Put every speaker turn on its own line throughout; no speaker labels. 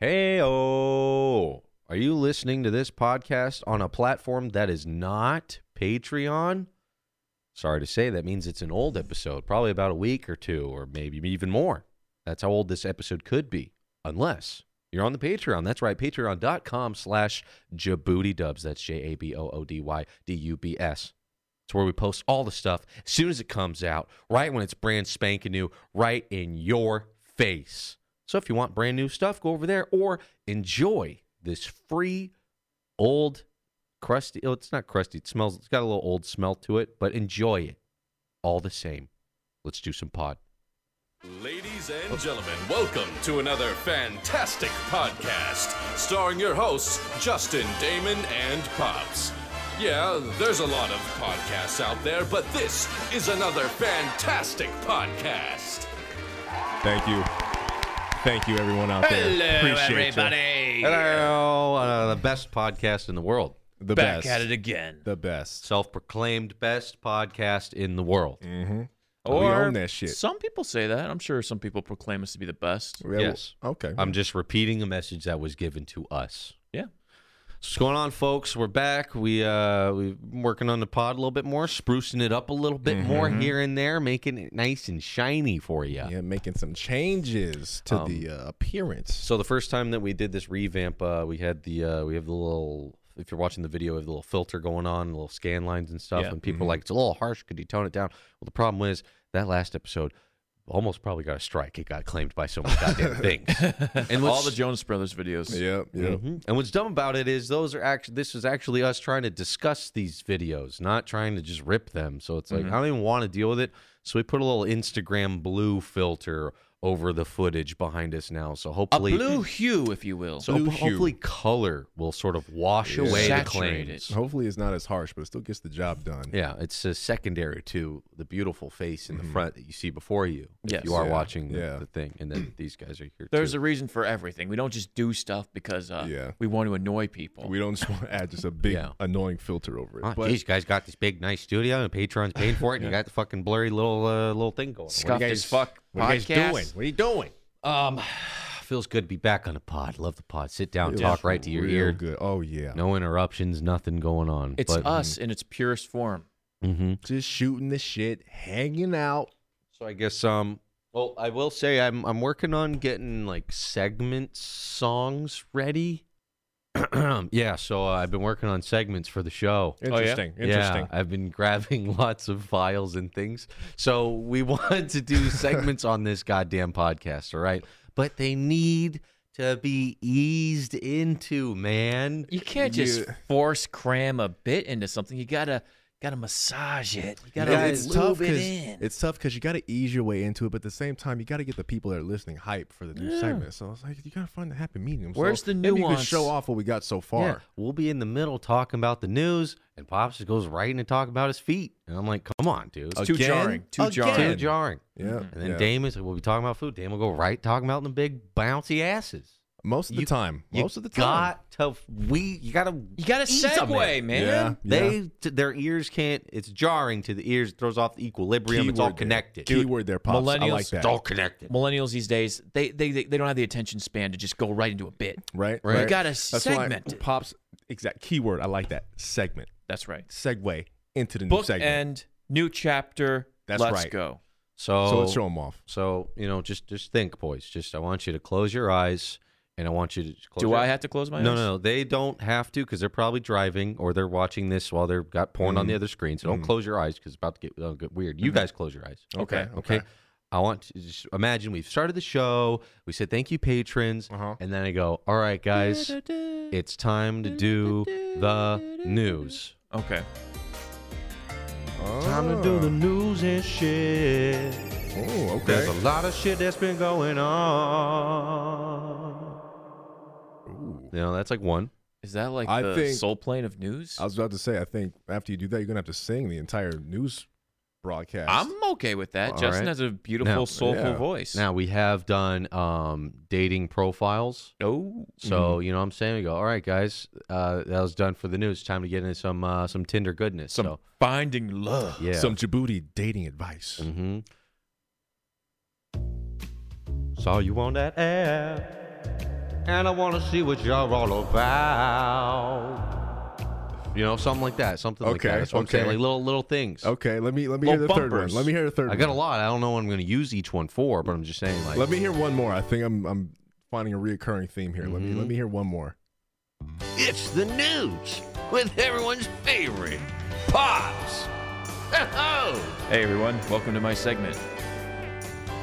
Hey, are you listening to this podcast on a platform that is not Patreon? Sorry to say, that means it's an old episode, probably about a week or two, or maybe even more. That's how old this episode could be, unless you're on the Patreon. That's right, patreon.com slash Djibouti Dubs. That's J A B O O D Y D U B S. It's where we post all the stuff as soon as it comes out, right when it's brand spanking new, right in your face. So if you want brand new stuff, go over there or enjoy this free old crusty. Oh, it's not crusty. It smells. It's got a little old smell to it, but enjoy it all the same. Let's do some pod.
Ladies and gentlemen, welcome to another fantastic podcast starring your hosts, Justin, Damon, and Pops. Yeah, there's a lot of podcasts out there, but this is another fantastic podcast.
Thank you. Thank you, everyone out there. Appreciate You.
Hello, uh, the best podcast in the world,
The
Back
best.
at it again.
The best.
self-proclaimed best podcast in the world.
Oh,
we own that shit.
Some people say that. I'm sure some people proclaim us to be the best.
Yeah, well,
Yes.
Okay.
I'm just repeating a message that was given to us.
Yeah.
What's going on, folks? We're back. We uh we're working on the pod a little bit more, sprucing it up a little bit more
Mm-hmm.
here and there, making it nice and shiny for you.
yeah, making some changes to
Um,
the uh, appearance.
So the first time that we did this revamp, uh, we had the uh, we have the little. If you're watching the video, we have the little filter going on, little scan lines and stuff,
Yeah. Mm-hmm.
and people are like it's a little harsh. Could you tone it down? Well, the problem is that last episode almost probably got a strike. It got claimed by so many goddamn things. And
All
what's-
the Jonas Brothers videos.
Yep. Yep.
Mhm. And what's dumb about it is those are actually this is actually us trying to discuss these videos, not trying to just rip them. So it's like I don't even want to deal with it. So we put a little Instagram blue filter over the footage behind us now. So
A
hopefully
blue hue, if you will.
so
blue hue.
hopefully color will sort of wash away the
Saturate
claims.
it.
Hopefully, it's not as harsh, but it still gets the job done.
Yeah, it's uh, secondary to the beautiful face in the front that you see before you if
Yes.
you are
Yeah,
watching the,
yeah.
the thing. And then these guys are here.
There's
too.
a reason for everything. We don't just do stuff because uh,
Yeah.
we want to annoy people.
We don't just want to add just a big
Yeah.
annoying filter over it.
Oh,
but
these guys got this big, nice studio, and Patreon's paying for it, and you got the fucking blurry little uh, little thing going. on.
Scuffed as fuck.
what are you guys
podcast.
doing? What are you doing?
Um, feels good to be back on the pod. Love the pod. Sit down, talk right to your
Real
ear.
good. Oh yeah.
No interruptions, nothing going on.
It's
but,
us in its purest form.
Mhm.
Just shooting the shit, hanging out.
So I guess um, well, I will say I'm I'm working on getting like segment songs ready. yeah, so uh, I've been working on segments for the show.
yeah?
Interesting. Interesting.
Oh, Yeah, I've been grabbing lots of files and things. So we wanted to do segments on this goddamn podcast, all right? But they need to be eased into, man.
You can't just
You-
force cram a bit into something. You gotta gotta massage it. You gotta
Yeah,
lube it in.
it's tough because you got to ease your way into it, but at the same time, you got to get the people that are listening hype for the new segment. So it's like you got to find the happy medium. So
Where's the
maybe You
nuance?
can show off what we got so far.
Yeah, we'll be in the middle talking about the news, and Pops just goes right into talking about his feet. And I'm like, come on, dude.
too
Again?
jarring. Too
Again?
jarring.
Too jarring. Mm-hmm.
Yeah,
And then
Oh, yeah.
Damon's like, we'll be talking about food. Damon will go right talking about the big bouncy asses.
most of the
you-
time,
You
most of the time,
Got to we. You gotta.
you gotta
ease 'em,
segue, man.
yeah,
They
yeah.
t- their ears can't. It's jarring to the ears. It throws off the equilibrium. it's all
Keyword there.
connected.
Keyword there, pops. I
millennials
like that.
it's all connected.
Millennials these days, they, they they they don't have the attention span to just go right into a bit.
Right,
Right.
right.
You gotta
That's why
segment it.
pops. Exact keyword. I like that segment.
That's right.
Segue into the new
Book
segment.
end, new chapter.
That's
Let's
right.
go.
So
so let's show them off.
so, you know, just just think, boys. Just I want you to close your eyes, and I want you to just close.
Do
your-
I have to close my
No,
eyes?
no, no. They don't have to because they're probably driving or they're watching this while they're got porn
Mm-hmm.
on the other screen. So don't close your eyes because it's about to get, it'll get weird. You guys close your eyes.
Okay.
Okay. I want to just imagine we've started the show. We said thank you, patrons.
Uh-huh.
And then I go, all right, guys, it's time to do the news.
Okay.
Time to do the news and shit.
Oh, okay.
There's a lot of shit that's been going on.
Ooh.
You know, that's like one.
Is that like
I
the
think-
soul plane of news?
I was about to say, I think after you do that, you're gonna have to sing the entire news broadcast.
I'm okay with that.
All
Justin
right.
has a beautiful,
Now-
soulful
Yeah.
voice.
Now we have done um, dating profiles.
oh,
So
Mm-hmm.
you know what I'm saying? We go, all right, guys, uh, that was done for the news. Time to get into some uh, some Tinder goodness.
some
so
finding love.
yeah.
Some Djibouti dating advice.
hmm Saw you on that app. and I want to see what y'all all about. You know, something like that. Something like that.
Okay,
That's what I'm saying.
okay.
Like little little things.
Okay, let me let me hear
Little
the third one.
bumpers.
Let me hear the third.
I got a
one.
lot. I don't know what I'm going to use each one for, but I'm just saying like
Let me hear one more. I think I'm I'm finding a reoccurring theme here. Let me
Mm-hmm.
let me hear one more.
It's the news with everyone's favorite pops. Oh,
Hey everyone, welcome to my segment.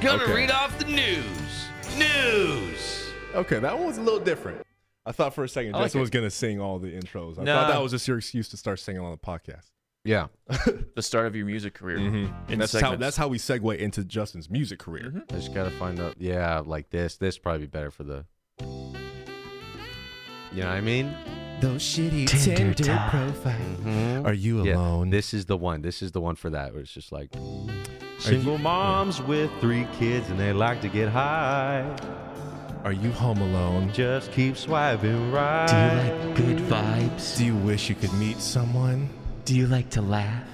gonna
Okay. read
off the news. News.
Okay, that one was a little different. I thought for a second
I like
Justin
it.
was gonna sing all the intros. I
Nah.
thought that was just your excuse to start singing on the podcast.
Yeah.
The start of your music career. In
And Mm-hmm. that's how
segments.
that's how we segue into Justin's music career.
I just gotta find out. Yeah, like this. This probably be better for the. You know what I mean?
Those shitty
Tinder Tinder time.
profiles.
Mm-hmm.
Mhm.
Are you
Yeah,
alone?
This is the one. This is the one for that. Where it's just like single
you-
moms with three kids and they like to get high.
Are you home alone?
Just keep swiping right.
Do you like good vibes?
Do you wish you could meet someone?
Do you like to laugh?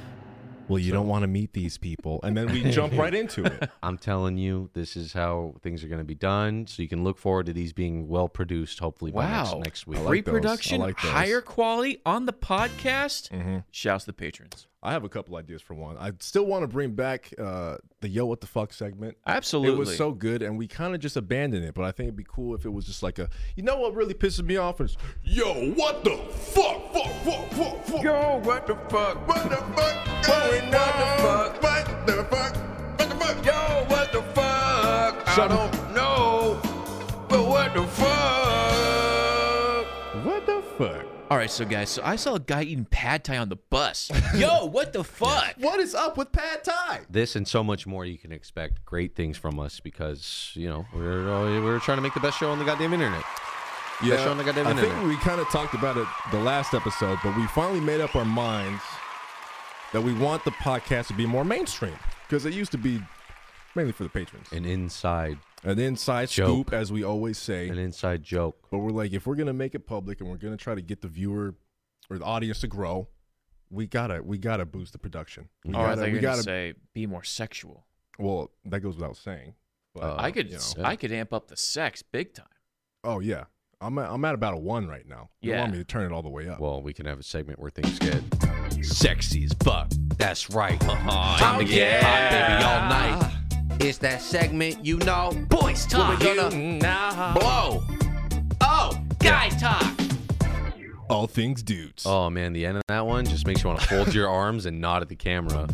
Well, you don't want to meet these people, and then we jump right into it.
I'm telling you, this is how things are going to be done. So you can look forward to these being well produced, hopefully by next,
Wow.
next week.
I like those.
Reproduction,
I like those. Mm-hmm.
higher quality on the podcast. Shouts to the patrons.
I have a couple ideas for one. I still want to bring back uh, the "Yo, what the fuck" segment.
Absolutely.
It was so good, and we kind of just abandoned it. But I think it'd be cool if it was just like a, you know, what really pisses me off is, yo, what the fuck, fuck, fuck, fuck, fuck.
Yo, what the fuck?
What the fuck going on?
fuck?
What the fuck? What the fuck?
Yo, what the fuck?
Shut up.
know, but what the fuck?
What the fuck?
All right, so guys, so I saw a guy eating pad thai on the bus. Yo, what the fuck?
What is up with Pad Thai?
This and so much more you can expect great things from us because, you know, we're, uh, we're trying to make the best show on the goddamn internet. Best show on the goddamn
I
internet.
think we kind of talked about it the last episode, but we finally made up our minds that we want the podcast to be more mainstream because it used to be mainly for the patrons.
An inside,
An inside
Joke.
scoop, as we always say.
an inside joke.
But we're like, if we're gonna make it public and we're gonna try to get the viewer or the audience to grow, we gotta we gotta boost the production. We
Oh, I
gotta,
thought you
we
were gonna
gotta.
say be more sexual.
well, that goes without saying. But,
Uh,
I could,
you know.
s- I could amp up the sex big time.
Oh yeah, I'm at, I'm at about a one right now. You
Yeah.
want me to turn it all the way up?
Well, we can have a segment where things get sexy as fuck. That's right. Uh-huh.
Oh,
Time to get hot, baby, all night. It's that segment, you know. Boys talk. We're gonna blow. Oh, guys talk.
all things dudes.
Oh man, the end of that one just makes you want to fold your arms and nod at the camera.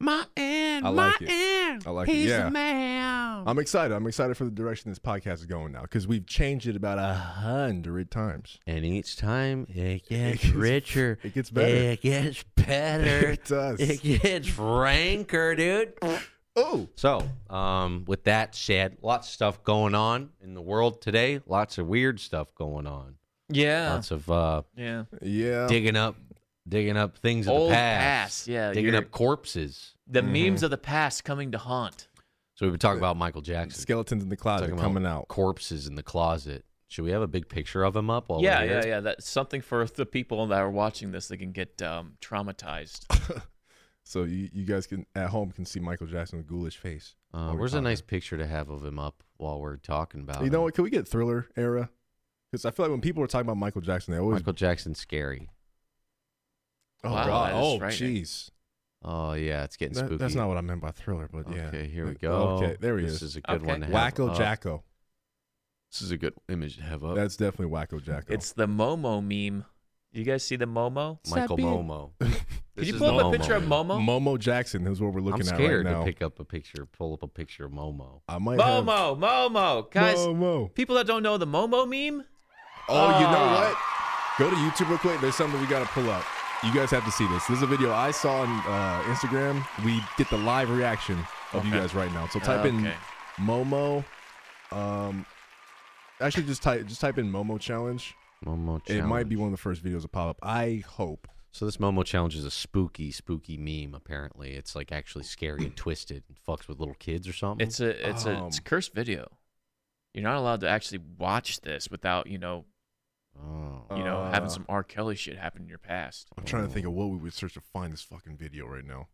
My end,
I like it.
end.
I like it. Yeah.
man.
I'm excited. I'm excited for the direction this podcast is going now because we've changed it about a hundred times.
And each time it gets
gets-
richer.
it gets better.
It gets better.
It does.
It gets ranker, dude.
Oh,
So, um, with that said, lots of stuff going on in the world today. Lots of weird stuff going on.
Yeah,
Lots of uh,
yeah.
yeah.
digging up, digging up things of
Old
the past.
past, yeah,
digging
you're-
up corpses.
The
Mm-hmm.
memes of the past coming to haunt.
So we've been talking about Michael Jackson.
Skeletons in the closet
Talking about
coming out.
Corpses in the closet. Should we have a big picture of him up
Oh,
while
yeah,
we're
yeah,
here?
yeah. That's something for the people that are watching this. They can get um, traumatized.
So you, you guys can at home can see Michael Jackson's ghoulish face.
Uh,
while we
where's a
talk.
nice picture to have of him up while we're talking about?
You know
him?
what? Can we get Thriller era? Because I feel like when people are talking about Michael Jackson, they always
Michael Jackson's scary.
oh
Wow,
god,
that is
oh
frightening.
jeez,
Oh yeah, it's getting
That-
spooky.
that's not what I meant by Thriller, but yeah.
Okay, here we
Like,
go.
Okay, there he
this
is.
is a good
Okay.
one. To have
Wacko
up.
Jacko.
This is a good image to have up.
That's definitely Wacko Jacko.
It's the Momo meme. You guys see the Momo?
Michael
Stop
Momo.
Could you pull up a picture of Momo?
Momo Jackson is what we're looking
I'm
at
scared
right now.
to pick up a picture, pull up a picture of Momo.
I might have-
Momo, Momo, guys.
Momo.
People that don't know the Momo meme,
Oh, you know
Ah.
what? Go to YouTube real quick. There's something we gotta pull up. You guys have to see this. This is a video I saw on uh, Instagram. We get the live reaction of you
Okay.
guys right now. So type in
Okay.
Momo. Um, actually, just type just type in Momo challenge.
Momo challenge.
It might be one of the first videos to pop up. I hope.
So this Momo challenge is a spooky, spooky meme. Apparently, it's like actually scary and twisted and fucks with little kids or something.
it's a it's a it's a
Um,
cursed video. You're not allowed to actually watch this without you know
oh.
you know having
Uh.
some R. Kelly shit happen in your past.
Oh.
I'm trying to think of what we would search to find this fucking video right now.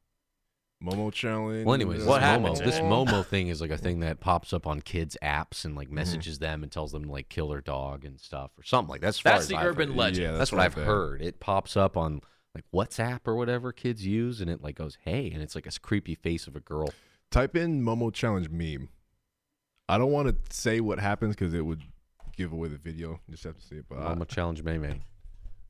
Momo challenge.
Well, anyways,
uh,
what
What
Momo,
happened
this
today?
Momo thing is like a thing that pops up on kids' apps and like messages them and tells them to like kill their dog and stuff or something like that. As far
That's
as
the
I've
urban
heard.
legend.
Yeah,
That's,
that's
what,
what
I've
I've
heard. It pops up on like WhatsApp or whatever kids use, and it like goes, "Hey," and it's like a creepy face of a girl.
Type in Momo challenge meme. I don't want to say what happens because it would give away the video. You just have to see it. But I-
Momo challenge Maymay.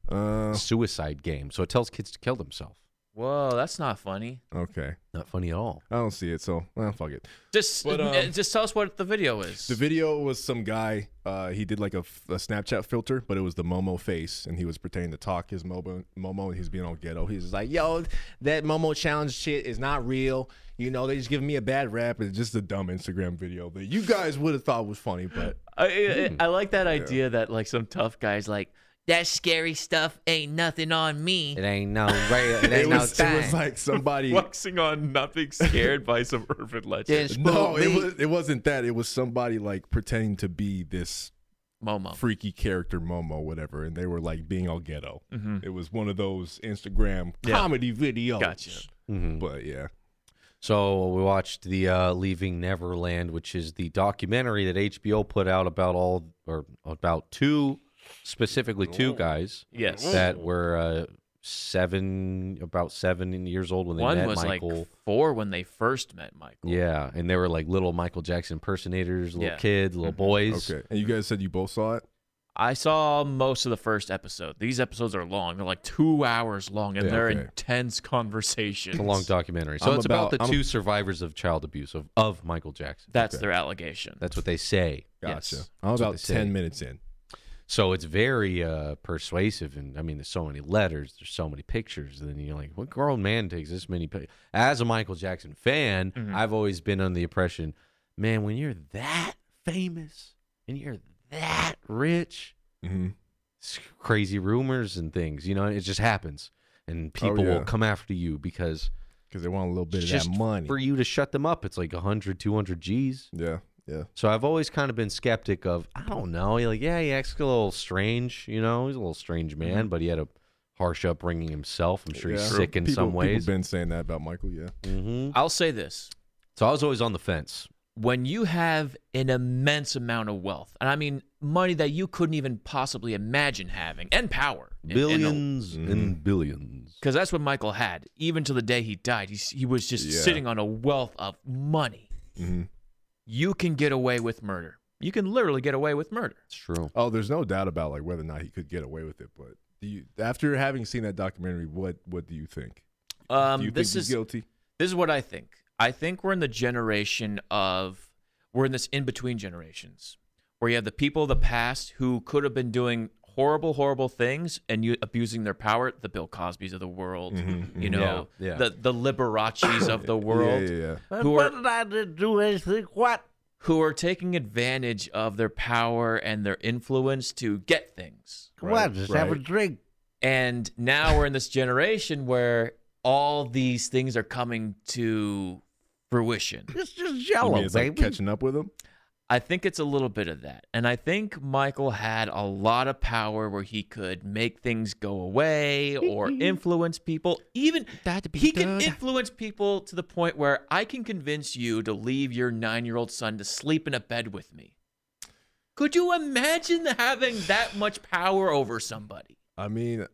uh,
Suicide game. So it tells kids to kill themselves.
Whoa, that's not funny.
okay,
Not funny at all.
I don't see it, so well, fuck it.
Just,
But,
uh,
um,
just tell us what the video is.
The video was some guy. Uh, he did like a, f- a Snapchat filter, but it was the Momo face, and he was pretending to talk his Momo. Momo, and he's being all ghetto. He's just like, "Yo, that Momo challenge shit is not real. You know, they just giving me a bad rap. It's just a dumb Instagram video that you guys would have thought was funny, but
I,
Hmm.
I, I like that idea that like some tough guys like that scary stuff ain't nothing on me.
It ain't no real. It
it
ain't
was,
no
it was
thing.
like somebody.
Waxing on not being scared by some urban legend.
Just
no,
spook
it
me.
was. It wasn't that. It was somebody like pretending to be this
Momo.
freaky character Momo, whatever, and they were like being all ghetto.
Mhm.
Mm-hmm.
It was one of those Instagram
Yeah.
comedy videos.
Gotcha.
Mhm.
But yeah.
So we watched the uh, Leaving Neverland, which is the documentary that HBO put out about all or about two, specifically two guys
Yes.
that were uh, seven, about seven years old when they
One
met
was
Michael.
like four when they first met Michael.
yeah, and they were like little Michael Jackson impersonators, little
Yeah.
kids, little boys.
Okay. And you guys said you both saw it?
I saw most of the first episode. These episodes are long. They're like two hours long and
Yeah,
they're
okay.
intense conversations.
It's a long documentary. So
I'm
it's about,
about-
the
I'm-
two survivors of child abuse of, of Michael Jackson.
That's their allegation.
That's what they say.
Gotcha.
Yes.
I'm
That's what
about 10
they say.
minutes in.
So it's very uh, persuasive, and I mean, there's so many letters, there's so many pictures, and then you're like, what grown man takes this many pictures? As a Michael Jackson fan, I've always been under the impression, man, when you're that famous and you're that rich,
Mm-hmm.
it's crazy rumors and things, you know, it just happens, and people will
yeah.
come after you because
Because they want a little bit of
just
that money.
for you to shut them up, it's like 100, 200 G's.
yeah. Yeah.
So I've always kind of been skeptic of, I don't know, he like, yeah, he acts a little strange, you know, he's a little strange man, but he had a harsh upbringing himself. I'm sure
Mm-hmm. Yeah.
he's sick in
People-
some ways.
People been saying that about Michael. Yeah.
hmm
I'll say this.
So I was always on the fence.
when you have an immense amount of wealth, and I mean money that you couldn't even possibly imagine having, and power,
Billions and,
Mm-hmm.
billions.
because that's what Michael had. Even to the day he died, he he was just
Yeah.
sitting on a wealth of money.
Mm-hmm.
You can get away with murder. You can literally get away with murder.
It's true.
Oh, there's no doubt about like whether or not he could get away with it. But do you, after having seen that documentary, what what do you think?
Um,
do you
this
think
is
he's guilty?
this is what I think. I think we're in the generation of we're in this in between generations where you have the people of the past who could have been doing horrible, horrible things and you abusing their power, the Bill Cosbys of the world,
Mm-hmm,
you know,
Yeah, yeah.
the the Liberace's of the world,
Yeah, yeah, yeah.
who are
did I do anything? What?
who are taking advantage of their power and their influence to get things.
Right, right.
drink.
And now we're in this generation where all these things are coming to fruition.
It's just
You mean it's like catching up with him.
I think it's a little bit of that. And I think Michael had a lot of power where he could make things go away or influence people. Even
That'd Mm-hmm. be
he can
good.
influence people to the point where I can convince you to leave your nine year old son to sleep in a bed with me. Could you imagine having that much power over somebody?
I mean,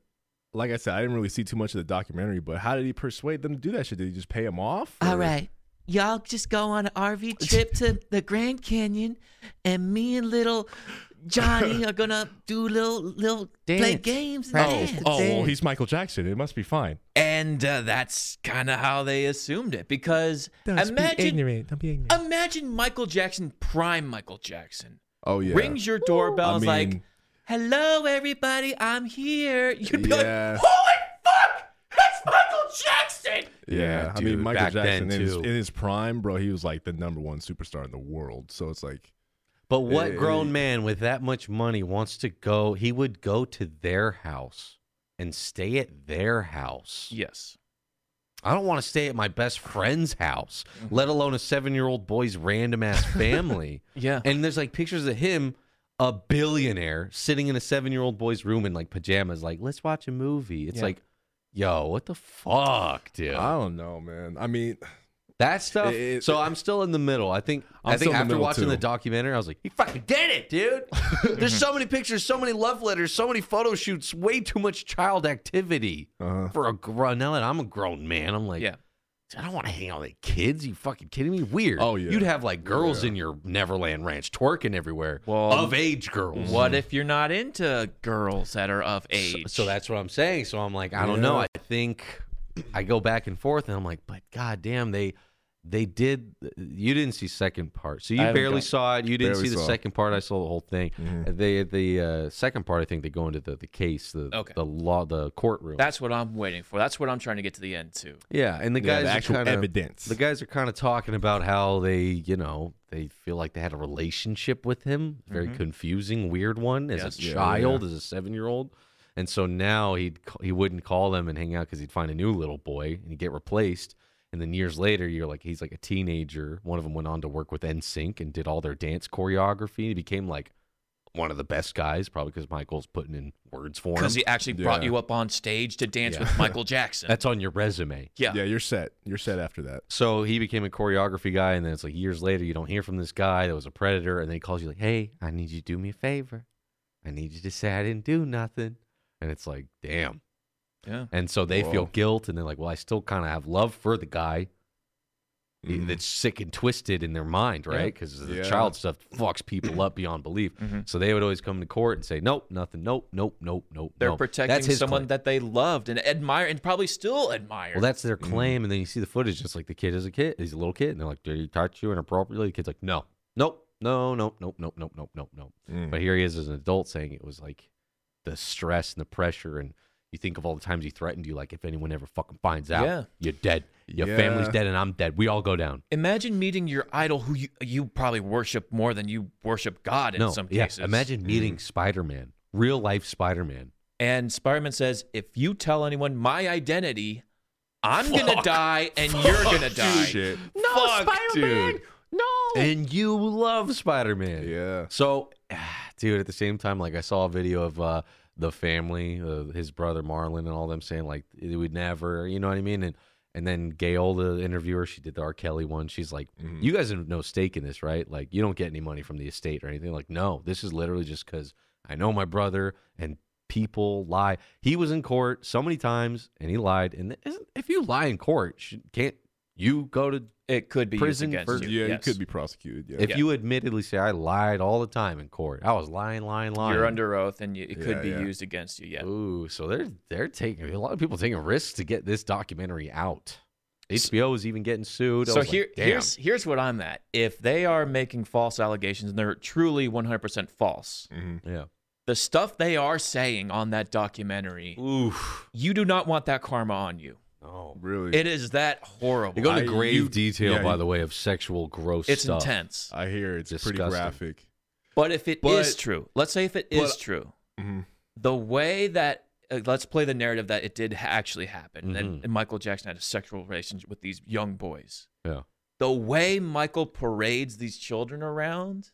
like I said, I didn't really see too much of the documentary. But how did he persuade them to do that shit? Did he just pay him off?
All
or-
right. Y'all just go on an RV trip to the Grand Canyon, and me and little Johnny are gonna do little little play
Dance.
games. And
Oh,
dance.
oh, well, he's Michael Jackson. It must be fine.
And uh, that's kind of how they assumed it because imagine
Don't be ignorant.
imagine Michael Jackson prime Michael Jackson
Oh yeah.
rings your doorbell
I
is like
mean-
hello everybody i'm here you'd be
Yeah.
like holy fuck that's michael jackson
Yeah, I
dude,
mean Michael
back then,
Jackson in his,
too.
in his prime, bro, he was like the number one superstar in the world. So it's like,
But what
Eh,
grown man with that much money wants to go? He would go to their house and stay at their house.
yes
I don't want to stay at my best friend's house, let alone a seven year old boy's random ass family.
yeah
and there's like pictures of him, a billionaire, sitting in a seven year old boy's room in like pajamas, like, let's watch a movie. It's
Yeah.
like, yo, what the fuck, dude?
I don't know, man. I mean,
that stuff.
It- it-
so I'm still in the middle. I think. i
I'm
think
still in the
after
middle,
watching
too.
the documentary, I was like, he fucking did it, dude. There's so many pictures, so many love letters, so many photo shoots. Way too much child activity
uh,
for a grown. Now that I'm a grown man, I'm like,
Yeah.
I don't want to hang out with kids. you fucking kidding me? Weird.
Oh, yeah.
You'd have like girls in your Neverland Ranch twerking everywhere.
Well,
of age girls.
What if you're not into girls that are of
So,
age?
so that's what I'm saying. So I'm like, I don't know.
Yeah.
I think I go back and forth, and I'm like, but goddamn, they they did. You didn't see second part, so you
I haven't
barely
gone-
saw it. You didn't see
Barely
the
saw it. Mm-hmm.
second part. I saw the whole thing. They the uh, second part, I think they go into the the case, the
Okay.
the law, the courtroom.
that's what I'm waiting for. That's what I'm trying to get to the end to.
yeah, and the
yeah,
guys
the
are
actual
kinda,
evidence.
The guys are kind of talking about how they, you know, they feel like they had a relationship with him. Very confusing, weird one as
Mm-hmm. Yes.
a
Yeah,
child, as a seven year old. And so now he'd ca- he wouldn't call them and hang out because he'd find a new little boy and he'd get replaced. And then years later, you're like he's like a teenager. One of them went on to work with NSYNC and did all their dance choreography. He became like one of the best guys, probably because Michael's putting in words for him.
Because he actually brought
Yeah.
you up on stage to dance
Yeah.
with Michael Jackson.
That's on your resume.
yeah.
yeah, you're set. You're set after that.
so he became a choreography guy, and then it's like years later, you don't hear from this guy that was a predator, and then he calls you like, "Hey, I need you to do me a favor. I need you to say I didn't do nothing." And it's like, damn.
Yeah.
And so they feel
Whoa.
guilt, and they're like, "Well, I still kind of have love for the guy." That's
Mhm.
sick and twisted in their mind, right? Because the
Yeah.
child stuff fucks people up beyond belief.
Mhm.
So they would always come to court and say, "Nope, nothing. Nope, nope, nope, nope."
They're
nope."
protecting
That's his
someone
claim.
that they loved and admire and probably still admire.
Well, that's their claim, and then you see the footage. It's like the kid is a kid; he's a little kid, and they're like, "Did he touch you inappropriately?" The kid's like, "No, nope, no, nope, nope, nope, nope, nope, nope, nope."
Mm.
But here he is as an adult saying it was like the stress and the pressure, and you think of all the times he threatened you, like if anyone ever fucking finds out,
Yeah.
you're dead, your family's
Yeah.
dead, and I'm dead. We all go down.
Imagine meeting your idol who you, you probably worship more than you worship God in
no,
some
yeah.
cases. Mm.
Imagine meeting Spider Man, real life Spider Man.
And Spider-Man says, if you tell anyone my identity, I'm going to
Fuck.
die and you're going to die.
Shit.
No, Spider-Man!
Oh.
No. And you love Spider Man.
Yeah.
So, dude, at the same time, like I saw a video of uh, the family, uh, his brother Marlon, and all them saying like they would never, you know what I mean? And and then Gail, the interviewer, she did the R. Kelly one. She's like,
Mm-hmm.
"You guys have no stake in this, right? Like, you don't get any money from the estate or anything." Like, no, this is literally just because I know my brother and people lie. He was in court so many times and he lied. And th- isn't- if you lie in court, sh- can't you go to
It could be
Prison
used
for-
against you.
Yeah,
yes.
you could be prosecuted. Yeah.
if you admittedly say I lied all the time in court? I was lying, lying, lying.
You're under oath, and you, it could
Yeah,
be
yeah.
used against you. Yeah.
Ooh, so they're they're taking a lot of people taking risks to get this documentary out. HBO is even getting sued. I
So
was like,
here,
"Damn."
here's here's what I'm at. If they are making false allegations and they're truly 100% false,
Mhm.
yeah,
the stuff they are saying on that documentary,
oof,
you do not want that karma on you.
no.
Really.
Oh, It is that horrible.
They go
I-
into grave
you-
detail,
yeah,
by
you-
the way, of sexual gross
it's
stuff.
intense.
I hear it's
Disgusting.
pretty graphic.
But if it is
But-
true, let's say if it is
but-
true,
Mhm.
the way that uh, let's play the narrative that it did ha- actually happen, that
Mhm.
and Michael Jackson had a sexual relationship with these young boys.
Yeah.
The way Michael parades these children around,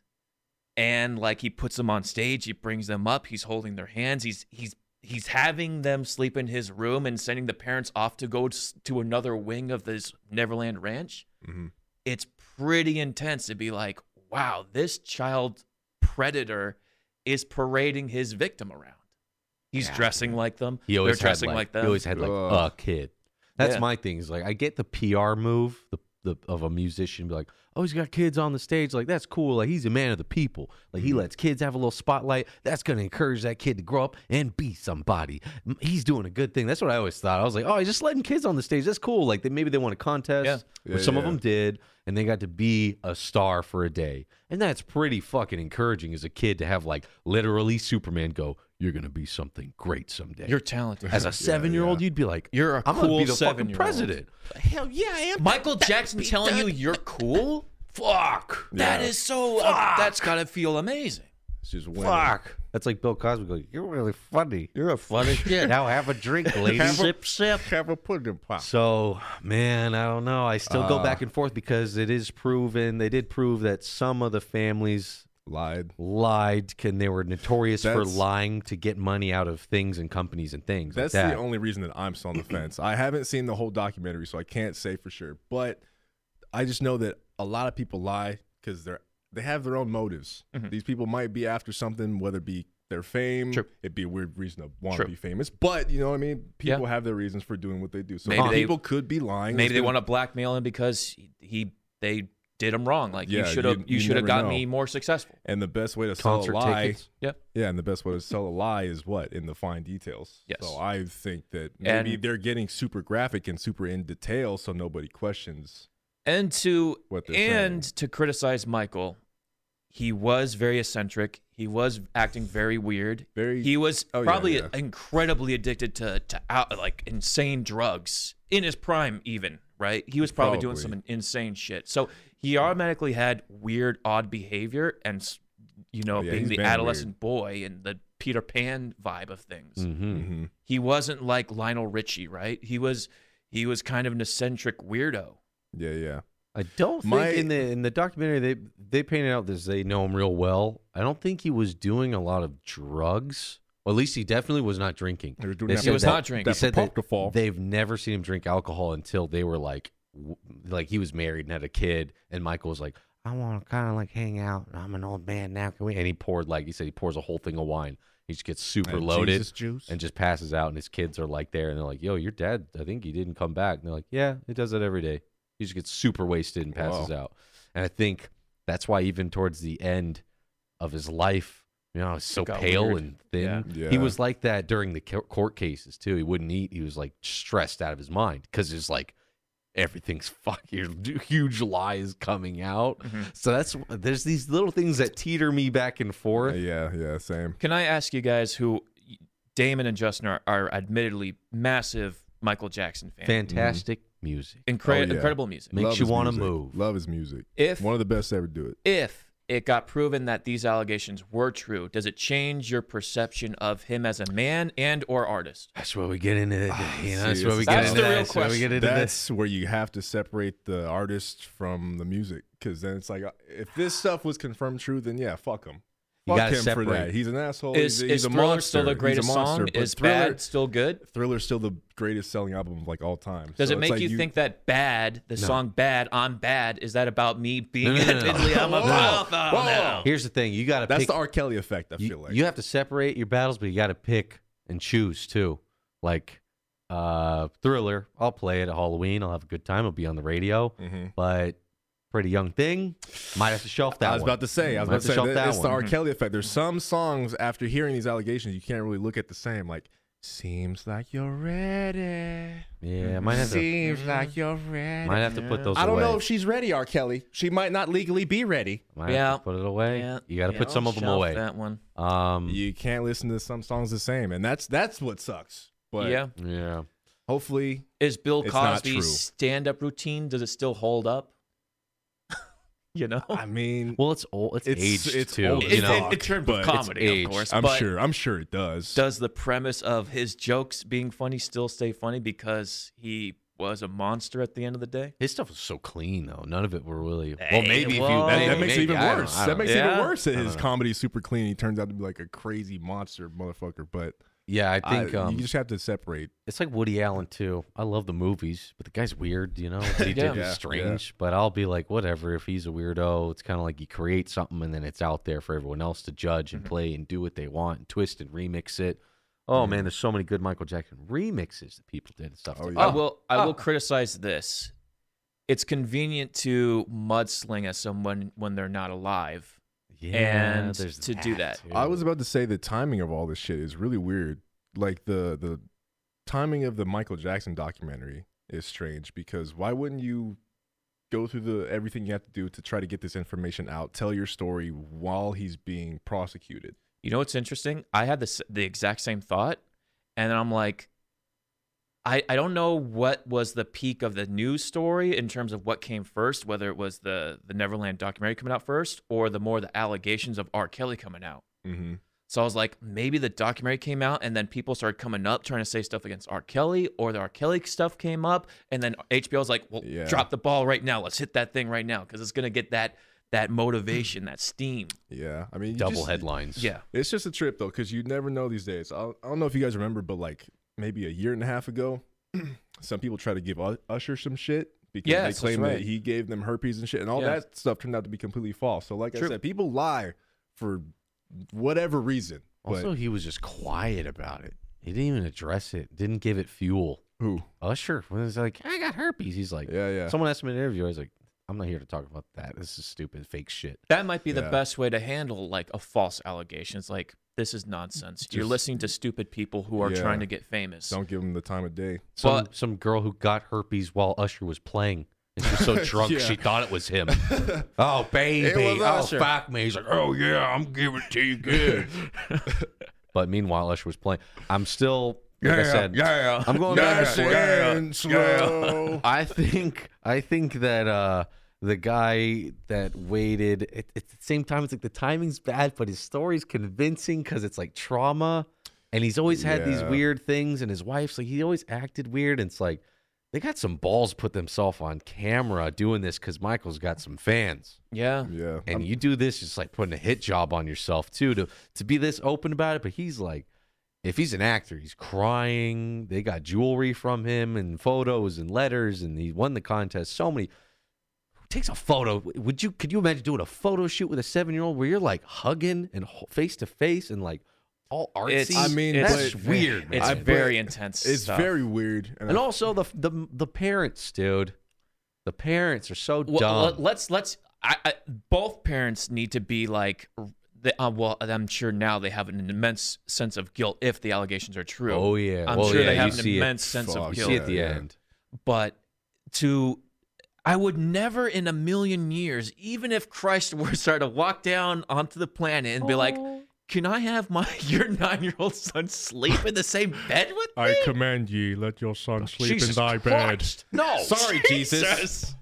and like he puts them on stage, he brings them up, he's holding their hands, he's he's he's having them sleep in his room and sending the parents off to go s- to another wing of this Neverland Ranch
Mm-hmm.
Mhm.
it's pretty intense to be like, wow, this child predator is parading his victim around. He's
Yeah.
dressing like them.
He always
They're dressing
had,
like, them.
He always had like
Ugh.
a kid. That's
Yeah.
my thing. Is like I get the PR move the, the of a musician be like, oh, he's got kids on the stage. Like that's cool. Like he's a man of the people. Like
Mm-hmm.
he lets kids have a little spotlight. That's gonna encourage that kid to grow up and be somebody. M- He's doing a good thing. That's what I always thought. I was like, oh, he's just letting kids on the stage. That's cool. Like they, maybe they won a contest.
Yeah.
Which
Yeah,
some of
yeah.
them did, and they got to be a star for a day. And that's pretty fucking encouraging as a kid to have like literally Superman go, You're gonna be something great someday.
You're talented.
As a seven year old, you'd be like,
You're a
I'm
cool
gonna be the fucking
seven-year-old."
president. Hell yeah, I am.
Michael Jackson telling you you're cool?
Fuck.
That is so. uh, that's got to feel amazing.
It's just winning.
Fuck. That's like Bill Cosby going, You're really funny. You're a funny kid. now have a drink, ladies. sip, sip.
Have a pudding pop.
So, man, I Uh, don't know. I still go back and forth because it is proven. They did prove that some of the families
lied.
lied and they were notorious for
That's-
lying to get money out of things and companies and things
That's
like that.
the only reason that I'm still on the fence. I haven't seen the whole documentary, so I can't say for sure. But I just know that a lot of people lie because they're they have their own motives. These people might be after something, whether it be their fame,
Mm-hmm. True.
it'd be a weird reason to want
True.
to be famous. But you know what I mean?
Yeah.
People have their reasons for doing what they do. So
Maybe they-
people could be lying.
Maybe they want to blackmail him because he, he they did him wrong. Like you
Yeah,
should have
you-
you,
you
should have
never
got
know.
me more successful.
And the best way to sell
Concert
a lie,
tickets.
Yeah.
yeah, and the best way to sell a lie is what in the fine details.
Yes.
So I think that maybe
And-
they're getting super graphic and super in detail, so nobody questions.
And to
What they're
and to criticize Michael, he was very eccentric. He was acting very weird.
Very-
He was
oh, yeah,
probably
yeah.
incredibly addicted to to out, like insane drugs in his prime, even right. He was probably, doing some
Probably.
insane shit. So he automatically had weird, odd behavior, and s- you know,
Oh, Yeah,
being
he's
the
been
adolescent boy and the Peter Pan vibe of things
Mhm.
Mm-hmm.
he wasn't like Lionel Richie, right? He was he was kind of an eccentric weirdo.
Yeah, yeah.
I don't
My-
think in the in the documentary they they painted out this they know him real well. I don't think he was doing a lot of drugs. Well, at least he definitely was not drinking.
They were doing
They
that-
said
He was
that-
not drinking.
They
that
said that
propofol.
they've never seen him drink alcohol until they were like, w- like he was married and had a kid, and Michael was like, I want to kind of like hang out. I'm an old man now. Can we? And he poured like he said he pours a whole thing of wine. He just gets super
And
loaded
Jesus juice.
and just passes out. And his kids are like there, and they're like, Yo, your dad. I think he didn't come back. And they're like, Yeah, he does that every day. He just gets super wasted and passes out. And I think that's why even towards the end of his life, you know, he's so
got
pale
weird.
and thin.
Yeah.
He
Yeah.
was like that during the co- court cases too. He wouldn't eat. He was like stressed out of his mind because it's like everything's fucking huge lies coming out.
Mm-hmm.
So that's there's these little things that teeter me back and forth.
Uh, yeah, yeah, same.
Can I ask you guys who Damon and Justin are, are admittedly massive Michael Jackson fans.
Fantastic music.
Incre-
Oh, yeah.
incredible music.
Makes
Love
you
his
wanna
music.
move.
Love his music.
If-
one of the best to ever do it.
If it got proven that these allegations were true, does it change your perception of him as a man and or artist?
That's where we get into the, you know, that's
Ah, see,
where we
that's-
get
that's
into
the real
this, where we get into this.
That's where you have to separate the artist from the music, because then it's like, uh, if this stuff was confirmed true, then yeah, fuck him.
You
Fuck
gotta
him for
separate.
that. He's an asshole.
Is,
he's a,
is
he's a
Thriller
monster.
still the
He's a
greatest
monster,
song?
but
Is
Thriller,
Bad still good?
Thriller's still the greatest selling album of like all time.
Does
So
it
it's
make
like
you, think that bad, the song bad, I'm bad, is that about me being
no, no, no.
admittedly I'm a
Whoa,
pedophile
whoa.
now?
Here's the thing: you got to
that's
pick.
the R. Kelly effect? I
you,
feel like
you have to separate your battles, but you got to pick and choose too. Like uh Thriller, I'll play it at Halloween. I'll have a good time. It'll be on the radio.
Mm-hmm.
But Pretty Young Thing, might have to shelf that.
I was
one.
about to say. I
Might
was about
have
to say
shelf
that
that
it's the
one.
R. Kelly effect. There's some songs after hearing these allegations, you can't really look at the same. Like, seems like you're ready.
Yeah, might have to.
seems
Mm-hmm.
like you're ready.
Might have to put those.
I don't
away.
know if she's ready, R. Kelly. She might not legally be ready.
Might
Yeah.
have to put it away.
Yeah,
you got to
yeah,
put some
I'll
of them
shelf
away.
That one.
Um.
You can't listen to some songs the same, and that's that's what sucks. But
yeah.
Yeah.
hopefully,
Is Bill
It's not true.
Cosby's stand-up routine does it still hold up? you know,
I mean,
Well, it's old. It's,
It's-
aged
it's
too.
old
you
as
It's-
know?
fuck.
in, in terms
but
of
it's
comedy,
aged.
of course.
I'm
but
sure, I'm sure it does.
Does the premise of his jokes being funny still stay funny because he was a monster at the end of the day?
His stuff was so clean though. None of it were really.
Hey,
well, maybe if you.
whoa.
that,
maybe,
that makes
maybe,
it even
I don't-
worse.
I
That
don't
makes
know.
it even
Yeah.
worse that
I
his
don't know.
comedy's super clean. He turns out to be like a crazy monster motherfucker. But
Yeah, I think
I-
um,
you just have to separate.
it's like Woody Allen too. I love the movies, but the guy's weird, you know. What he
Yeah.
did
Yeah,
was
yeah.
strange, but I'll be like, whatever. If he's a weirdo, it's kind of like you create something and then it's out there for everyone else to judge and play and do what they want and twist and remix it. Oh man, there's so many good Michael Jackson remixes that people did and stuff.
Oh,
too.
yeah.
I will. I will criticize this. It's convenient to mudsling at someone when they're not alive.
Yeah,
And
there's
to do that.
too.
I was about to say the timing of all this shit is really weird. Like the the timing of the Michael Jackson documentary is strange because why wouldn't you go through the everything you have to do to try to get this information out, tell your story while he's being prosecuted?
You know what's interesting? I had this the exact same thought, and then I'm like, I I don't know what was the peak of the news story in terms of what came first, whether it was the the Neverland documentary coming out first or the more the allegations of R. Kelly coming out.
Mm-hmm.
So I was like, maybe the documentary came out and then people started coming up trying to say stuff against R. Kelly, or the R. Kelly stuff came up, and then HBO was like, well,
Yeah.
drop the ball right now. Let's hit that thing right now because it's gonna get that that motivation, that steam.
Yeah, I mean, you
Double
just-
headlines.
Yeah.
It's just a trip though, because you never know these days. I, I don't know if you guys remember, but like maybe a year and a half ago, some people tried to give U- Usher some shit because
Yes,
they
that's
claimed
right.
that he gave them herpes and shit, and all
Yeah.
that stuff turned out to be completely false. So, like I
True.
said, people lie for whatever reason.
Also, he was just quiet about it. He didn't even address it. Didn't give it fuel.
but who?
Usher was like, I got herpes. He's like,
Yeah, yeah.
Someone asked me in an interview. I was like, I'm not here to talk about that. This is stupid, fake shit.
That might be the
Yeah.
best way to handle like a false allegation. It's like this is nonsense. You're
Just-
listening to stupid people who are
Yeah.
trying to get famous.
Don't give them the time of day.
Some
But-
some girl who got herpes while Usher was playing. And she was so drunk
Yeah.
she thought it was him. oh baby,
was
oh
Usher.
fuck me. He's like, oh yeah, I'm giving it to you good. but meanwhile, Usher was playing. I'm still, like I said,
yeah.
I'm going back and
Nice
forth.
and slow.
I think I think that uh, the guy that waited it, it's at the same time it's like the timing's bad, but his story's convincing because it's like trauma, and he's always had these
Yeah.
weird things, and his wife's like he always acted weird, and it's like they got some balls to put themselves on camera doing this because Michael's got some fans.
yeah.
Yeah.
And you do this, it's like putting a hit job on yourself too to to be this open about it. But he's like, if he's an actor, he's crying. They got jewelry from him and photos and letters, and he won the contest. So many. Who takes a photo? Would you? Could you imagine doing a photo shoot with a seven year old where you're like hugging and ho- face to face and like all artsy?
It's-
I mean,
that's
but-
weird. man.
It's
I-
very
but
intense.
It's
stuff.
very weird. And,
and
I-
also the the the parents, dude. The parents are so
Well,
dumb.
let- let's let's. I, I, both parents need to be like. They, uh, well, I'm sure now they have an immense sense of guilt if the allegations are true.
Oh, yeah.
I'm
Oh,
sure
yeah,
they
you
have an
see it.
immense sense
Fuck,
of
you
guilt.
see at the
Yeah, yeah.
end.
but to I would never in a million years, even if Christ were started to walk down onto the planet and be like, "Can I have my your nine year old son sleep in the same bed with me?"
I command ye, let your son sleep in thy bed.
No,
Sorry, Jesus.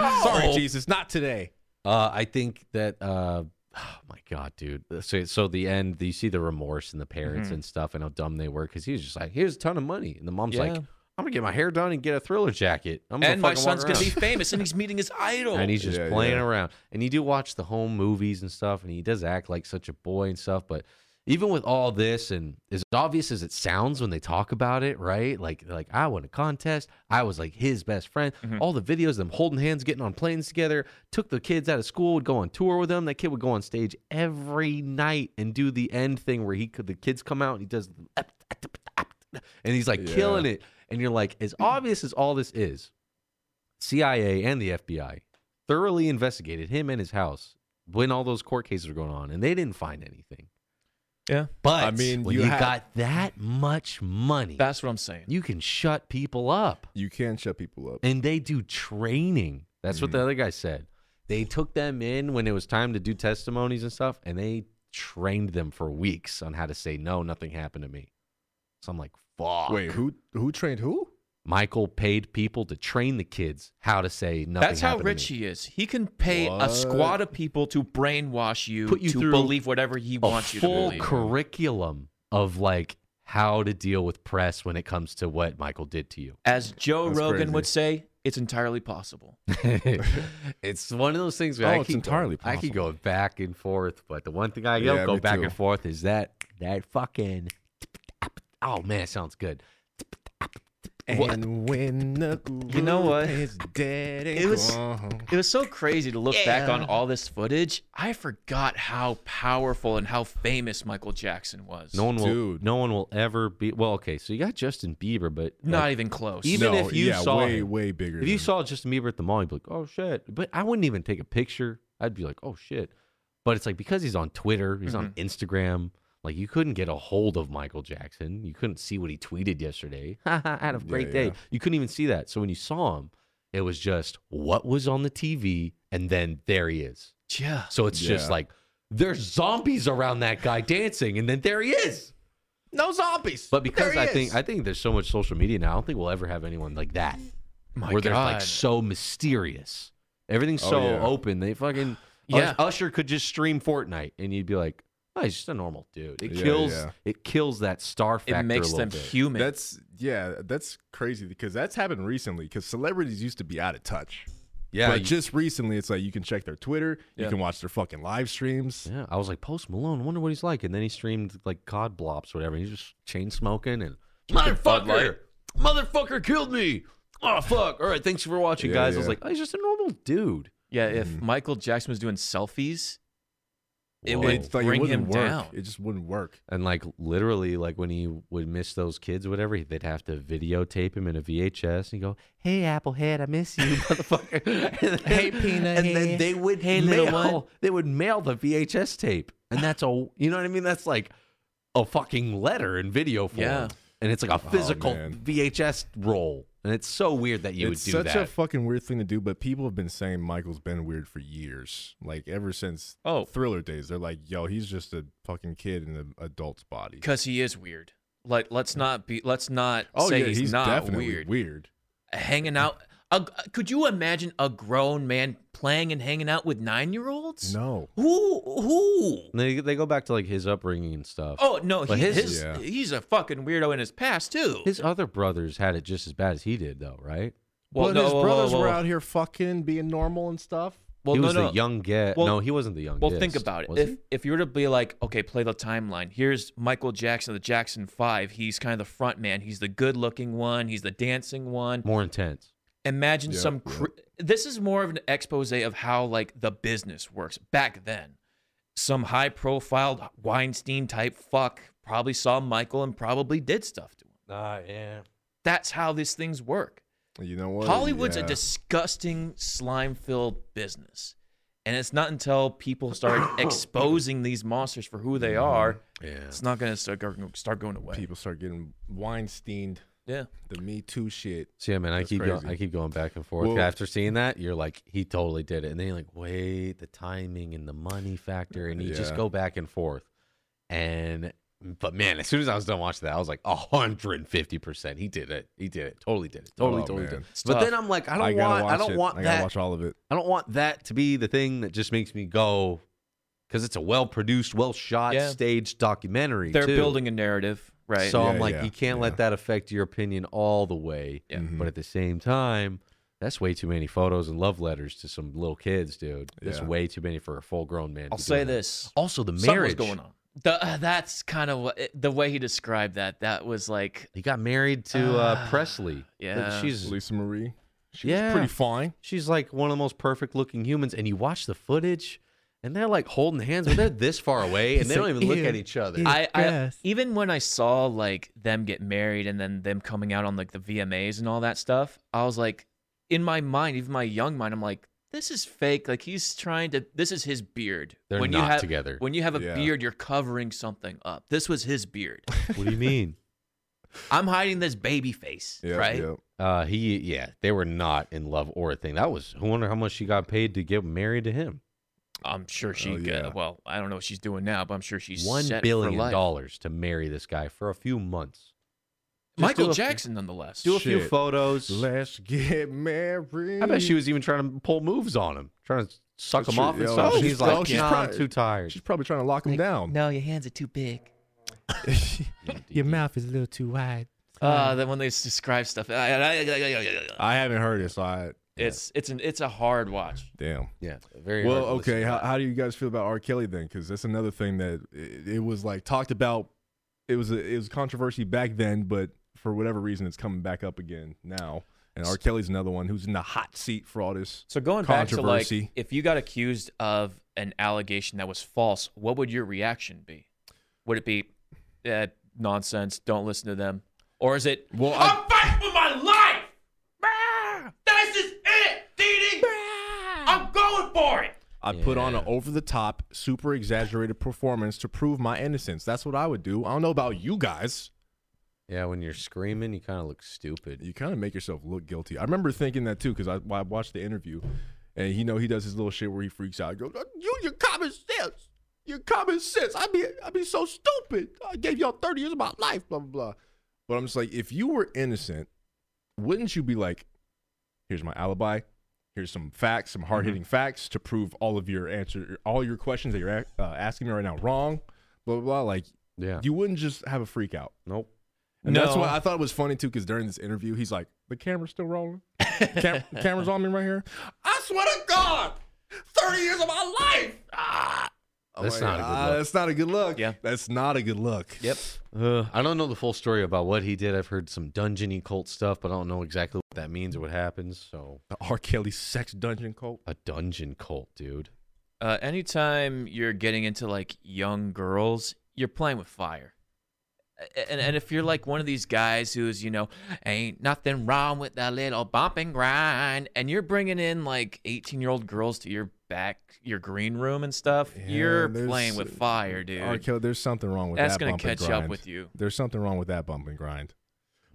No.
Sorry, Jesus. Not today.
Uh, I think that. Uh, oh my god, dude. So, so the end, you see the remorse in the
Mm-hmm.
parents and stuff, and how dumb they were because he was just like, "Here's a ton of money," and the mom's like,
Yeah.
"I'm gonna get my hair done and get a thriller jacket." I'm gonna
And my
fucking
son's
walk
gonna be
around."
famous, and he's meeting his idol.
And he's just
Yeah,
playing
yeah.
around. And you do watch the home movies and stuff, and he does act like such a boy and stuff. But even with all this, and as obvious as it sounds when they talk about it, right? Like, like I won a contest. I was like his best friend. All the videos of them holding hands, getting on planes together, took the kids out of school, would go on tour with them. That kid would go on stage every night and do the end thing where he could the kids come out and he does and he's like
Yeah.
killing it. And you're like, as obvious as all this is, CIA and the FBI thoroughly investigated him and his house when all those court cases were going on, and they didn't find anything.
Yeah.
but
I mean,
when you,
you ha-
got that much money,
That's what I'm saying.
you can shut people up,
You can shut people up.
and they do training. That's
Mm.
what the other guy said. They took them in when it was time to do testimonies and stuff, and they trained them for weeks on how to say no, nothing happened to me. So I'm like, fuck.
Wait, who who trained who?
Michael paid people to train the kids how to say nothing.
That's how
happened to
rich
me.
he is. He can pay a
What?
squad of people to brainwash you,
Put you
to
through
believe whatever he
a
wants you to
full
believe.
curriculum of like how to deal with press when it comes to what Michael did to you.
As Joe
That's
Rogan
crazy.
would say, it's entirely possible.
it's one of those things where I
Oh,
keep
it's entirely
going, I keep
possible.
going back and forth, but the one thing I don't
Yeah,
go
me
back
too.
and forth is that that fucking oh man, it sounds good.
And when the
You know what?
is dead and
It was-
gone.
It was so crazy to look back on all this footage. I forgot how powerful and how famous Michael Jackson was.
No one will
Dude.
no one will ever be well, okay, so you got Justin Bieber, but
not
like,
even close.
even
no,
if you
yeah,
saw
way
him-
way bigger.
If you
than-
saw Justin Bieber at the mall, you'd be like, "Oh shit!" But I wouldn't even take a picture. I'd be like, "Oh shit!" But it's like because he's on Twitter, he's on
Mm-hmm.
Instagram. Like you couldn't get a hold of Michael Jackson. You couldn't see what he tweeted yesterday. I had a great day.
yeah.
You couldn't even see that. So when you saw him, it was just what was on the TV, and then there he is.
yeah.
So it's just
Yeah.
like there's zombies around that guy dancing, and then there he is.
no zombies,
But because
there
I
he
think
is.
I think there's so much social media now, I don't think we'll ever have anyone like that
My
where
God.
they're like so mysterious. Everything's
Oh,
so
yeah.
open. They fucking
Yeah.
Us- Usher could just stream Fortnite and you'd be like, oh, he's just a normal dude. It
Yeah,
kills
yeah.
it kills that star factor.
it makes
a little
them
bit.
human.
that's yeah, that's crazy because that's happened recently because celebrities used to be out of touch.
Yeah,
but
you-
just recently, it's like you can check their Twitter,
Yeah.
you can watch their fucking live streams.
Yeah, I was like Post Malone. Wonder what he's like. And then he streamed like cod blops, whatever. He's just chain smoking and
Drinking Bud
motherfucker, motherfucker killed me. Oh fuck! All right, thanks for watching,
Yeah,
guys. I was
yeah.
like, oh, he's just a normal dude.
Yeah, if Michael Jackson was doing selfies, it
Mm-hmm. Whoa.
would
It's like
bring
it wouldn't
him
work.
down.
It just wouldn't work.
And like literally, like when he would miss those kids, whatever, they'd have to videotape him in a VHS and go, "Hey, Applehead, I miss you, motherfucker." And then-
Hey, Peanut
And then
Head.
they would
Hey,
mail,
little one.
They would mail the VHS tape, and that's a you know what I mean. That's like a fucking letter in video form.
Yeah.
And it's like a physical
Oh, man.
VHS roll, and it's so weird that you
it's
would do
such
that.
a fucking weird thing to do, but people have been saying Michael's been weird for years. Like ever since
Oh.
Thriller days, they're like, "Yo, he's just a fucking kid in an adult's body."
because he is weird. Like, let's not be. Let's not say he's, not
Oh, definitely
weird.
weird.
Hanging out. A, could you imagine a grown man playing and hanging out with nine-year-olds?
No,
Who? Who?
And they they go back to like his upbringing and stuff.
Oh no,
But
he,
his-
his,
Yeah.
he's a fucking weirdo in his past too.
His other brothers had it just as bad as he did, though, right?
well,
but
no,
his
whoa, whoa,
brothers
whoa.
were out here fucking being normal and stuff.
Well,
he
no,
was
no.
the young get.
Well-
no, he wasn't the young.
Well, think about it. If if you were to be like, okay, play the timeline. Here's Michael Jackson, the Jackson Five. He's kind of the front man. He's the good-looking one. He's the dancing one.
more intense.
Imagine
Yeah,
some. Cr- This is more of an expose of how like the business works back then. Some high-profile Weinstein type fuck probably saw Michael and probably did stuff to him.
Ah, yeah.
That's how these things work.
You know what?
Hollywood's a
Yeah.
disgusting, slime filled business. And it's not until people start exposing these monsters for who they are, it's not going to start, go- start going away.
Mm-hmm. people start getting Weinsteined.
Yeah.
The Me Too shit.
See, I mean, I
That's
keep going,
crazy.
I keep going back and forth.
Well-
After seeing that, you're like, he totally did it, and then you're like, wait, the timing and the money factor, and you just
Yeah.
go back and forth. And but man, as soon as I was done watching that, I was like, hundred and fifty percent, he did it. He did it. Totally did it. Totally,
Oh,
totally
man.
did. It.
It's
But
tough.
then I'm like, I don't
I gotta
want,
watch
I don't
it.
want
I gotta
that.
watch all of it.
I don't want that to be the thing that just makes me go because it's a well produced, well shot,
Yeah.
staged documentary.
They're
too.
building a narrative, right?
So
Yeah,
I'm like,
yeah,
you can't
yeah. Mm-hmm.
let that affect your opinion all the way.
Yeah.
But at the same time, that's way too many photos and love letters to some little kids, dude. That's
Yeah.
way too many for a full grown man. to
I'll
be
say
doing that.
this.
Also, the
Something
marriage
was going on. The, uh, that's kind of what, the way he described that. That was like,
He got married to uh,
Ah,
Presley.
yeah.
She's
Lisa Marie. She
Yeah.
was pretty fine.
she's like one of the most perfect looking humans. And you watch the footage, and they're like holding hands, but they're this far away, and they don't even look at each other.
I, I
Yes.
even when I saw like them get married and then them coming out on like the VMAs and all that stuff, I was like, in my mind, even my young mind, I'm like, this is fake. Like he's trying to. This is his beard.
They're
when you
not
have,
together.
When you have a
Yeah.
beard, you're covering something up. This was his beard.
what do you mean?
I'm hiding this baby face,
Yeah,
right?
yeah.
Uh, he yeah, they were not in love or a thing. That was. I wonder how much she got paid to get married to him.
I'm sure she.
Oh,
uh,
yeah.
well, I don't know what she's doing now, but I'm sure she's
One
set
billion
for life.
dollars to marry this guy for a few months. Just do
Michael
a-
Jackson, nonetheless.
Do a few
Shit.
photos.
Let's get married.
I bet she was even trying to pull moves on him, trying to suck
That's
him
true.
off and
Yo,
stuff.
she's
She's
probably-
like,
she's
"Nah, I'm
probably-
too tired.
She's probably trying to lock him down.
No, your hands are too big.
Your
mouth is a little too wide.
Uh, then when they s- describe stuff, it's
I haven't heard it, so I
it's an it's a hard watch.
damn.
Yeah, very
Well,
hard to listen
okay.
to
How,
that.
how do you guys feel about R. Kelly then? Because that's another thing that it, it was like talked about. It was a, it was controversy back then, but for whatever reason, it's coming back up again now. And R. Kelly's another one who's in the hot seat for all this.
So going back to like,
Controversy.
if you got accused of an allegation that was false, what would your reaction be? Would it be eh, nonsense? Don't listen to them, or is it?
Well, I,
I'm fighting for my life. That's just it, Dee Dee. I'm going for it.
I put on an over the top, super exaggerated performance to prove my innocence. That's what I would do. I don't know about you guys.
yeah, when you're screaming, you kind of look stupid.
you kind of make yourself look guilty. I remember thinking that too because I, I watched the interview, and you know he does his little shit where he freaks out. Go, you your common sense, your common sense. I be I be so stupid. I gave y'all thirty years of my life, blah blah blah. But I'm just like, if you were innocent, wouldn't you be like, here's my alibi, here's some facts, some hard hitting facts to prove all of your answer, all your questions that you're a- uh, asking me right now wrong, blah blah blah. Like
Yeah.
you wouldn't just have a freak out.
nope.
And that's
No.
why I thought it was funny too, because during this interview, he's like, "The camera's still rolling." Cam- camera's on me right here.
I swear to God, 30 years of my life.
That's not a good
Ah,
look.
that's not a good look.
Yeah.
That's not a good look.
Yep.
Uh, I don't know the full story about what he did. I've heard some dungeony cult stuff, but I don't know exactly what that means or what happens. So
The R. Kelly sex dungeon cult.
a dungeon cult, dude.
Uh, anytime you're getting into like young girls, you're playing with fire. A- And, and if you're like one of these guys who's, you know, ain't nothing wrong with that little bump and grind, and you're bringing in like 18 year old girls to your back, your green room and stuff,
Yeah,
you're
there's-
playing with fire,
R.
dude.
Kelly, there's something wrong with
That's
that.
gonna
bump and
catch up
grind.
with you. Mm.
There's something wrong with that bump and grind.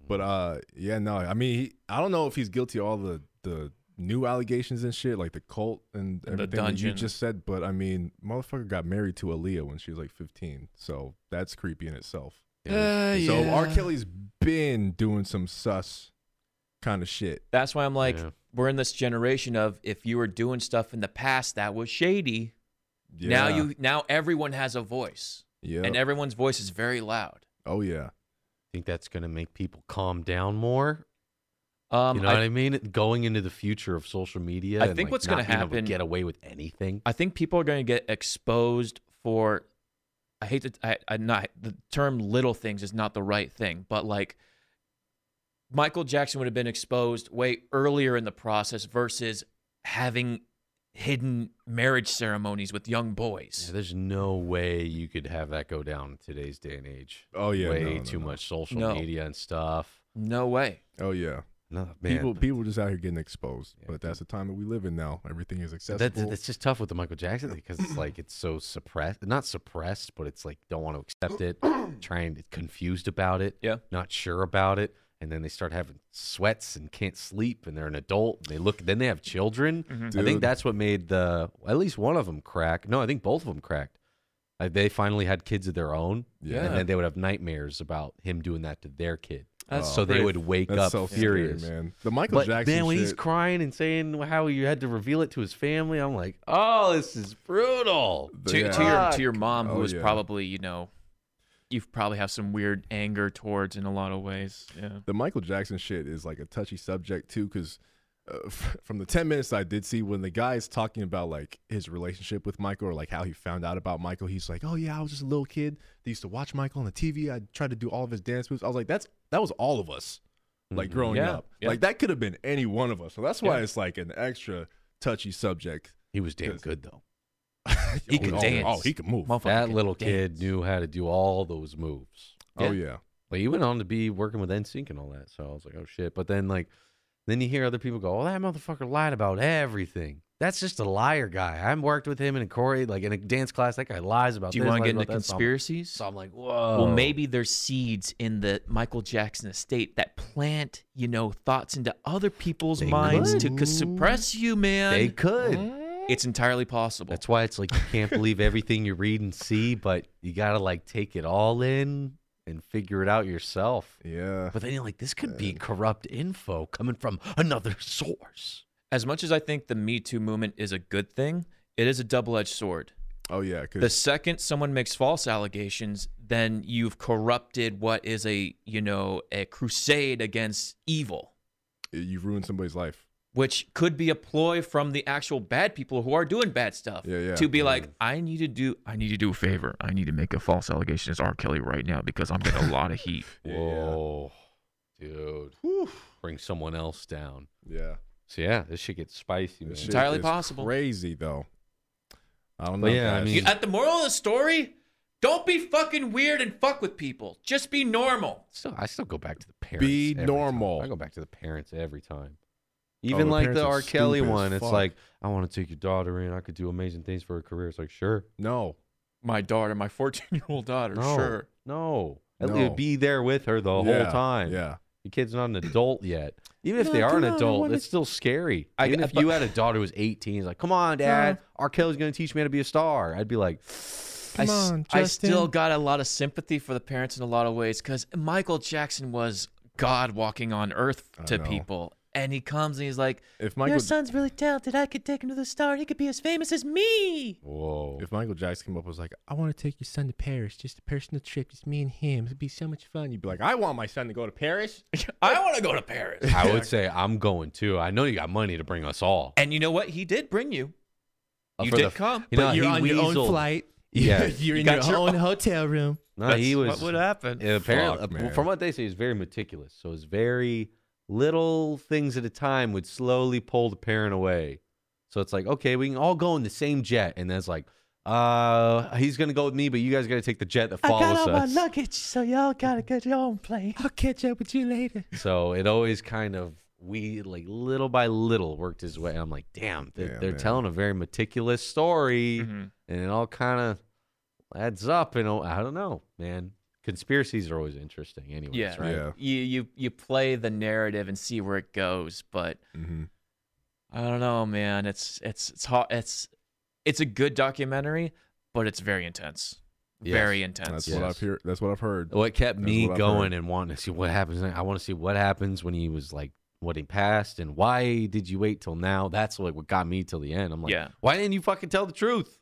But uh, yeah, no. I mean, he, I don't know if he's guilty of all the the new allegations and shit, like the cult and,
And the
everything that you
dungeon.
just said. But I mean, motherfucker got married to Aaliyah when she was like 15, so that's creepy in itself.
Uh,
So R.
yeah.
Kelly's been doing some sus kind of shit.
That's why I'm like,
Yeah.
we're in this generation of if you were doing stuff in the past that was shady, now
Yeah.
you now everyone has a voice,
Yep.
and everyone's voice is very loud.
oh yeah.
Think that's gonna make people calm down more.
Um,
you know
I,
what I mean? Going into the future of social media,
I
and,
think
like,
what's gonna
not being able
happen-
get away with anything.
I think people are going to get exposed for. I hate to. I, I not the term "little things" is not the right thing, but like Michael Jackson would have been exposed way earlier in the process versus having hidden marriage ceremonies with young boys.
Yeah, there's no way you could have that go down in today's day and age.
Oh yeah.
way
no, no,
too
no.
much social
No.
media and stuff.
No way.
Oh yeah.
No, man.
People people just out here getting exposed.
Yeah.
But that's the time that we live in now. Everything is accessible.
That's, that's just tough with the Michael Jackson thing because it's like it's so suppressed, not suppressed, but it's like don't want to accept it, trying to confused about it,
Yeah.
not sure about it, and then they start having sweats and can't sleep, and they're an adult. And they look, then they have children.
Mm-hmm.
I think
Dude.
that's what made the at least one of them crack. No, I think both of them cracked. Like they finally had kids of their own,
Yeah.
and then they would have nightmares about him doing that to their kid.
That's
so they
pretty-
would wake up
That's so scary,
furious
man. The Michael Jackson
then when
shit.
he's crying and saying how you had to reveal it to his family, I'm like, oh, this is brutal.
the-
to,
yeah.
to your to your mom, who
Oh,
was
yeah.
probably you know, you probably have some weird anger towards in a lot of ways. Yeah.
the Michael Jackson shit is like a touchy subject too, because uh, f- from the ten minutes I did see, when the guy is talking about like his relationship with Michael or like how he found out about Michael, he's like, "Oh yeah, I was just a little kid. They used to watch Michael on the TV. I tried to do all of his dance moves. I was like, that's that was all of us, like
Mm-hmm.
growing
Yeah,
up.
yeah.
Like that could have been any one of us. So that's why it's like an extra touchy subject.
He was damn
Yes.
good though.
He
could
oh,
dance.
Oh, he could move.
Motherfucker
that
can
little kid
dance.
knew how to do all those moves.
Oh yeah.
Like he went on to be working with NSYNC and all that. So I was like, oh shit. But then like, then you hear other people go, oh, that motherfucker lied about everything. That's just a liar guy. I worked with him in a Corey, like in a dance class. That guy lies about.
Do you
this,
want to
lies
get into
about that. So I'm-
conspiracies?
So I'm like, whoa.
Well, maybe there's seeds in the Michael Jackson estate that plant, you know, thoughts into other people's
They
minds
could.
to c- suppress you, man.
they
Mm.
could.
It's entirely possible.
That's why it's like you can't believe everything you read and see, but you gotta like take it all in and figure it out yourself.
Yeah.
But then you're like, this could be corrupt info coming from another source.
as much as I think the Me Too movement is a good thing, it is a double-edged sword.
Oh yeah.
The
'cause-
second someone makes false allegations, then you've corrupted what is a, you know, a crusade against evil,
you ruined somebody's life.
which could be a ploy from the actual bad people who are doing bad stuff.
Yeah, yeah.
To be like, I need to do, I need to do a favor. I need to make a false allegation as R. Kelly right now because I'm getting a lot of heat.
Yeah.
Whoa. Dude. Bring someone else down.
Yeah.
So yeah, this should get spicy, man.
This shit
Entirely
is
possible.
Crazy though. I don't know.
But yeah, I
guys.
mean- uh,
At the moral of the story, don't be fucking weird and fuck with people. Just be normal.
Still I still go back to the parents.
Be
every time.
normal.
I go back to the parents every time.
Oh,
Even
the
like the
parents are
R. Kelly
stupid as
one, it's
fuck.
like, I want to take your daughter in. I could do amazing things for her career. It's like, sure.
no.
My daughter, my 14 year old daughter,
No,
sure.
No. At
No.
least be there with her the
Yeah,
whole time.
Yeah.
Your kid's not an adult yet. Even if
No,
they are an
come on, I
adult,
wanna-
it's still scary.
I-
Even if
but-
you had a daughter who was 18, it's like, come on, dad, R. Kelly's going to teach me how to be a star. I'd be like,
I, s-
on,
I still got a lot of sympathy for the parents in a lot of ways because Michael Jackson was God walking on earth
I
to
know.
people. And he comes and he's like,
If Michael
Your son's really talented. I could take him to the star. He could be as famous as me.
Whoa.
if Michael Jackson came up and was like, I want to take your son to Paris, just a personal trip, just me and him. It'd be so much fun. You'd be like, I want my son to go to Paris.
I want to go to Paris.
I would say I'm going too. I know you got money to bring us all.
And you know what? He did bring you.
Uh,
You
for
did
the-
come.
You know, he weaseled.
flight.
Yeah.
you're in
got
your,
your
own hotel room.
No, he was.
That's what would happen.
Yeah, apparently,
Fuck,
uh,
man.
from what they say, he's very meticulous. So it's very little things at a time would slowly pull the parent away. So it's like, okay, we can all go in the same jet, and that's like, uh, he's gonna go with me, but you guys gotta take the jet that follows us.
luggage, so y'all gotta get your own plane.
I'll catch up with you later.
So it always kind of we like little by little worked his way. I'm like, damn, they're,
Yeah,
they're
man. Mm-hmm.
telling a very meticulous story,
Mhm.
and it all kind of adds up. And oh, I don't know, man. Conspiracies are always interesting, anyways.
Yeah,
right?
Yeah.
You you you play the narrative and see where it goes, but
Mm-hmm.
I don't know, man. It's it's it's hot. It's it's a good documentary, but it's very intense.
Yes.
Very intense.
That's
Yes.
what I've heard. That's what I've heard.
What kept
That's
me
what I've
going
heard.
and wanting to see what happens. next. I want to see what happens when he was like what he passed and why did you wait till now? That's like what got me till the end. I'm like,
Yeah.
why didn't you fucking tell the truth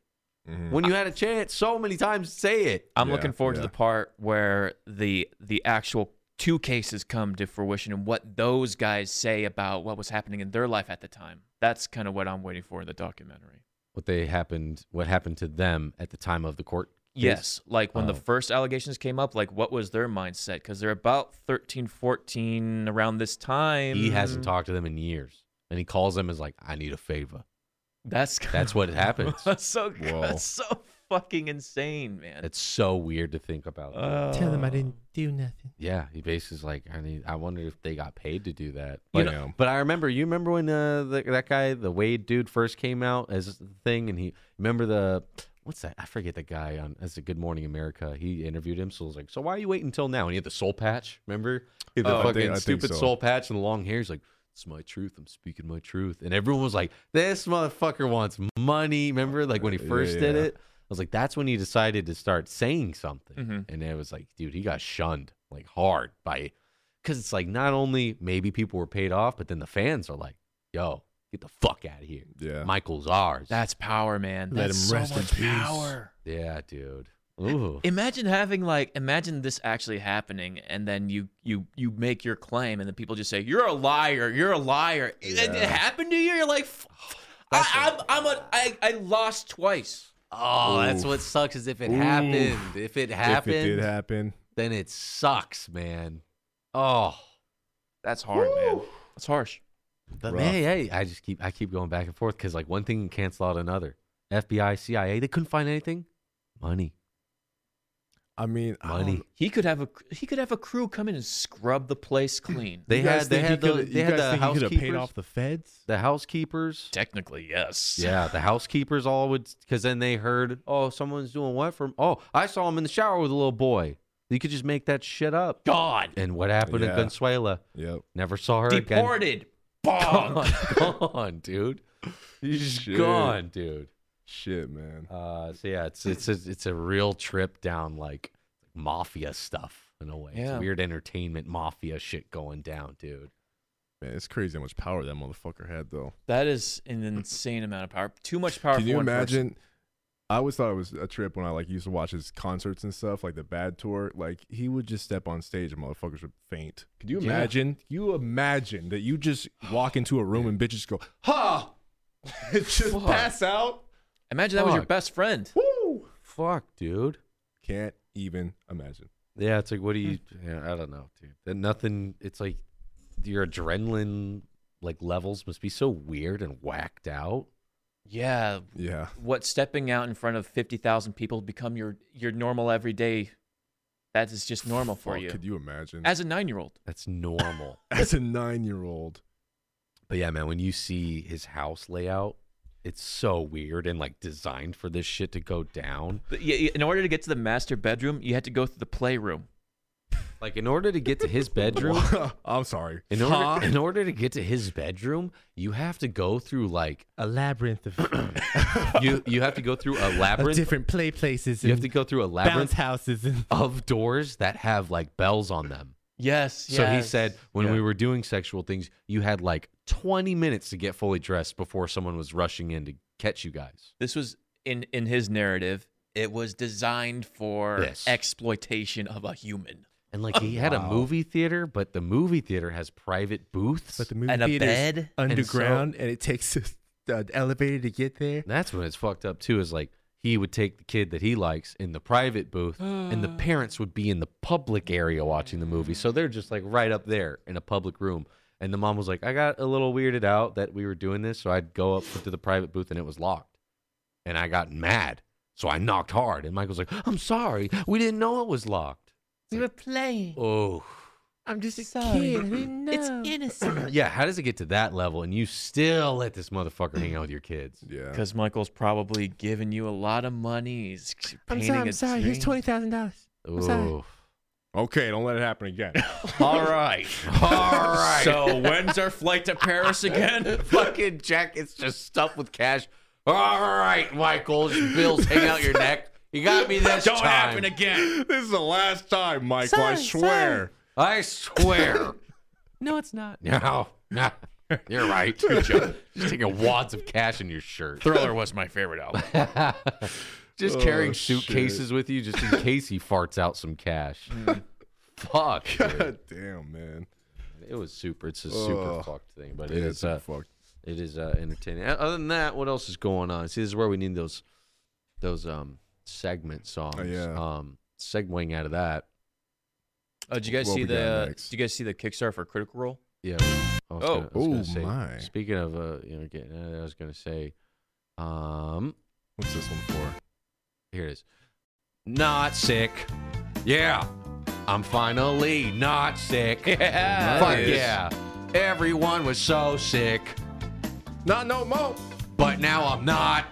Mhm.
when you had a chance so many times? to Say it.
I'm
Yeah,
looking forward to
yeah.
the part where the the actual two cases come to fruition and what those guys say about what was happening in their life at the time. That's kind of what I'm waiting for in the documentary.
What they happened, what happened to them at the time of the court? case?
Yes, like when the
Oh.
first allegations came up, like what was their mindset? Because they're about 13, 14 around this time.
he hasn't talked to them in years, and he calls them as like, I need a favor.
That's
That's what happens.
that's so
Whoa.
that's so fucking insane, man.
It's so weird to think about.
Tell them I didn't.
Do nothing.
Yeah, he basically is like, I need. I wonder if they got paid to do that.
You
But,
know-
but I remember, you remember when uh, the, that guy, the Wade dude, first came out as the thing, and he remember the what's that? I forget the guy on as a Good Morning America. He interviewed him, so he was like, so why are you waiting until now? And he had the soul patch. Remember, he had the
Oh, I
fucking
think- I think
stupid
so.
soul patch and the long hair. He's like. It's my truth. I'm speaking my truth, and everyone was like, "This motherfucker wants money." Remember, like when he
Yeah,
first did
yeah.
it, I was like, "That's when he decided to start saying something."
Mhm.
And it was like, dude, he got shunned like hard by because it's like not only maybe people were paid off, but then the fans are like, yo, get the fuck out of here.
Yeah.
Michael's ours.
That's power, man.
Let
That's
him
so
rest in
much
peace.
power.
yeah, dude. Ooh.
Imagine having like imagine this actually happening, and then you you you make your claim, and then people just say you're a liar, you're a liar. And it
Yeah.
happened to you. You're like, "F- I, I'm I'm a I I lost twice.
oh, that's what sucks is if it happened. If it happened,
If it did happen,
then it sucks, man. Oh.
That's hard, man. That's harsh.
But
Rough.
man, hey, I just keep I keep going back and forth because like one thing can cancel out another. FBI, CIA, they couldn't find anything. Money.
I mean, I don't-
Money.
He could have a he could have a crew come in and scrub the place clean.
They
You guys
had they
think he
had the
coulda- you
they had
guys
the
think he coulda
housekeepers.
paid off the feds.
the housekeepers.
Technically, yes.
Yeah, the housekeepers all would because then they heard, oh, someone's doing what from? Oh, I saw him in the shower with a little boy. You could just make that shit up.
God.
And what happened
Yeah.
to Consuela?
Yep.
Never saw her again.
Deported. Bomb.
Gone, dude.
Shit.
Gone, dude.
Shit, man.
Uh, so yeah, it's it's a, it's a real trip down like mafia stuff in a way. It's
Yeah.
weird entertainment mafia shit going down, dude.
Man, it's crazy how much power that motherfucker had, though.
That is an insane amount of power. Too much power.
Can
for
you
one person.
imagine? I always thought it was a trip when I like used to watch his concerts and stuff, like the Bad Tour. Like he would just step on stage and motherfuckers would faint. Could you
Yeah.
imagine? You imagine that you just walk into a room and bitches go, "Ha!" just
Fuck.
pass out.
Imagine that was your
Fuck.
best friend.
Woo!
Fuck, dude.
Can't even imagine.
Yeah, it's like what do you? Yeah, I don't know, dude. That nothing. It's like your adrenaline like levels must be so weird and whacked out.
Yeah.
Yeah.
What stepping out in front of fifty thousand people become your your normal everyday. That is just normal for
Fuck,
you.
Could you imagine? As,
As a nine year old.
That's normal.
a nine-year-old,
but yeah, man, when you see his house layout, it's so weird and like designed for this shit to go down.
In order to get to the master bedroom, you had to go through the playroom.
Like in order to get to his bedroom,
I'm sorry.
in order in order to get to his bedroom, you have to go through like
A labyrinth of,
you you have to go through a labyrinth.
different play places
You have to go through a labyrinth
houses and
of doors that have like bells on them.
Yes.
So he
yes.
said when
Yeah.
we were doing sexual things, you had like 20 minutes to get fully dressed before someone was rushing in to catch you guys.
this was in in his narrative. It was designed for
Yes.
exploitation of a human
And like he had a movie theater, but the movie theater has private booths.
But the movie
and a
theater's
bed.
underground, and, it takes this- the elevator to get there.
That's when it's fucked up too. Is like he would take the kid that he likes in the private booth, and the parents would be in the public area watching the movie. So they're just like right up there in a public room. And the mom was like, "I got a little weirded out that we were doing this, so I'd go up to the private booth and it was locked, and I got mad, so I knocked hard. And Michael's like, "I'm sorry, we didn't know it was locked.
We were playing.
Oh,
I'm just a kid. It's innocent.
yeah. How does it get to that level, and you still let this motherfucker hang out with your kids?
Yeah.
because Michael's probably giving you a lot of money. He's painting a dream.
thousand dollars.
Ooh.
Okay, don't let it happen again.
All right.
All right.
So when's our flight to Paris again?
fucking jacket's just stuffed with cash. All right, Michael, this bill's hang out your neck. You got me this
Don't
time.
happen again.
this is the last time, Michael. I
Sorry,
swear.
I swear.
No, it's not.
no, no. You're right. Good job. Just taking wads of cash in your shirt.
Thriller was my favorite album.
Just
Oh,
carrying
shit.
suitcases with you just in case he farts out some cash. Fuck. dude.
God damn, man.
It was super. It's a super
Ugh.
fucked thing, but
Yeah,
it
it's
is. Uh,
a fuck.
it is uh, entertaining. O- Other than that, what else is going on? See, this is where we need those those um segment songs.
Oh, yeah.
Um, segueing out of that.
Oh, did you guys
What
see
we got
the?
next?
Did you guys see the Kickstarter for Critical Role?
Yeah. we- I was
Oh.
gonna- I was gonna
Oh,
say,
my.
Speaking of uh, you know, getting, uh, I was gonna say, um,
What's this one for?
here it is. Not sick. Yeah. I'm finally not sick. Yeah. Fuck
Nice.
yeah. Everyone was so sick,
Not no mo.
but now I'm not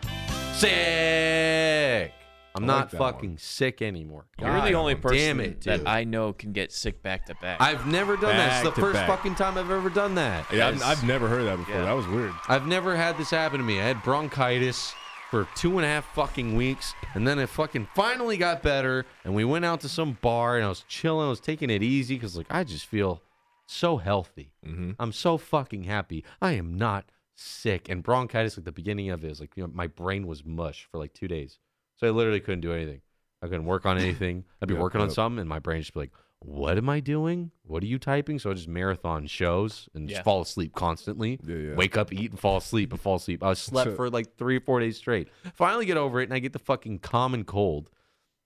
sick. I'm
I like
not
that
fucking
one.
sick anymore.
You're the only person
damn it, dude.
that I know can get sick back to back.
I've never done that.
Back
It's the
to
first
back.
fucking time I've ever done that.
Yeah, I've, I've never heard that before. That was weird.
I've never had this happen to me. I had bronchitis for two and a half fucking weeks, and then it fucking finally got better. And we went out to some bar, and I was chilling. I was taking it easy because, like, I just feel so healthy.
Mm-hmm.
I'm so fucking happy. I am not sick. And bronchitis, like the beginning of it, is like you know, my brain was mush for like two days, so I literally couldn't do anything. I couldn't work on anything. I'd be
Yep,
working on
yep.
something, and my brain just be like, "What am I doing? What are you typing?" So I just marathon shows and
Yeah.
just fall asleep constantly.
Yeah, yeah.
Wake up, eat, and fall asleep, and fall asleep. I slept
So-
for like three or four days straight. Finally, get over it, and I get the fucking common cold,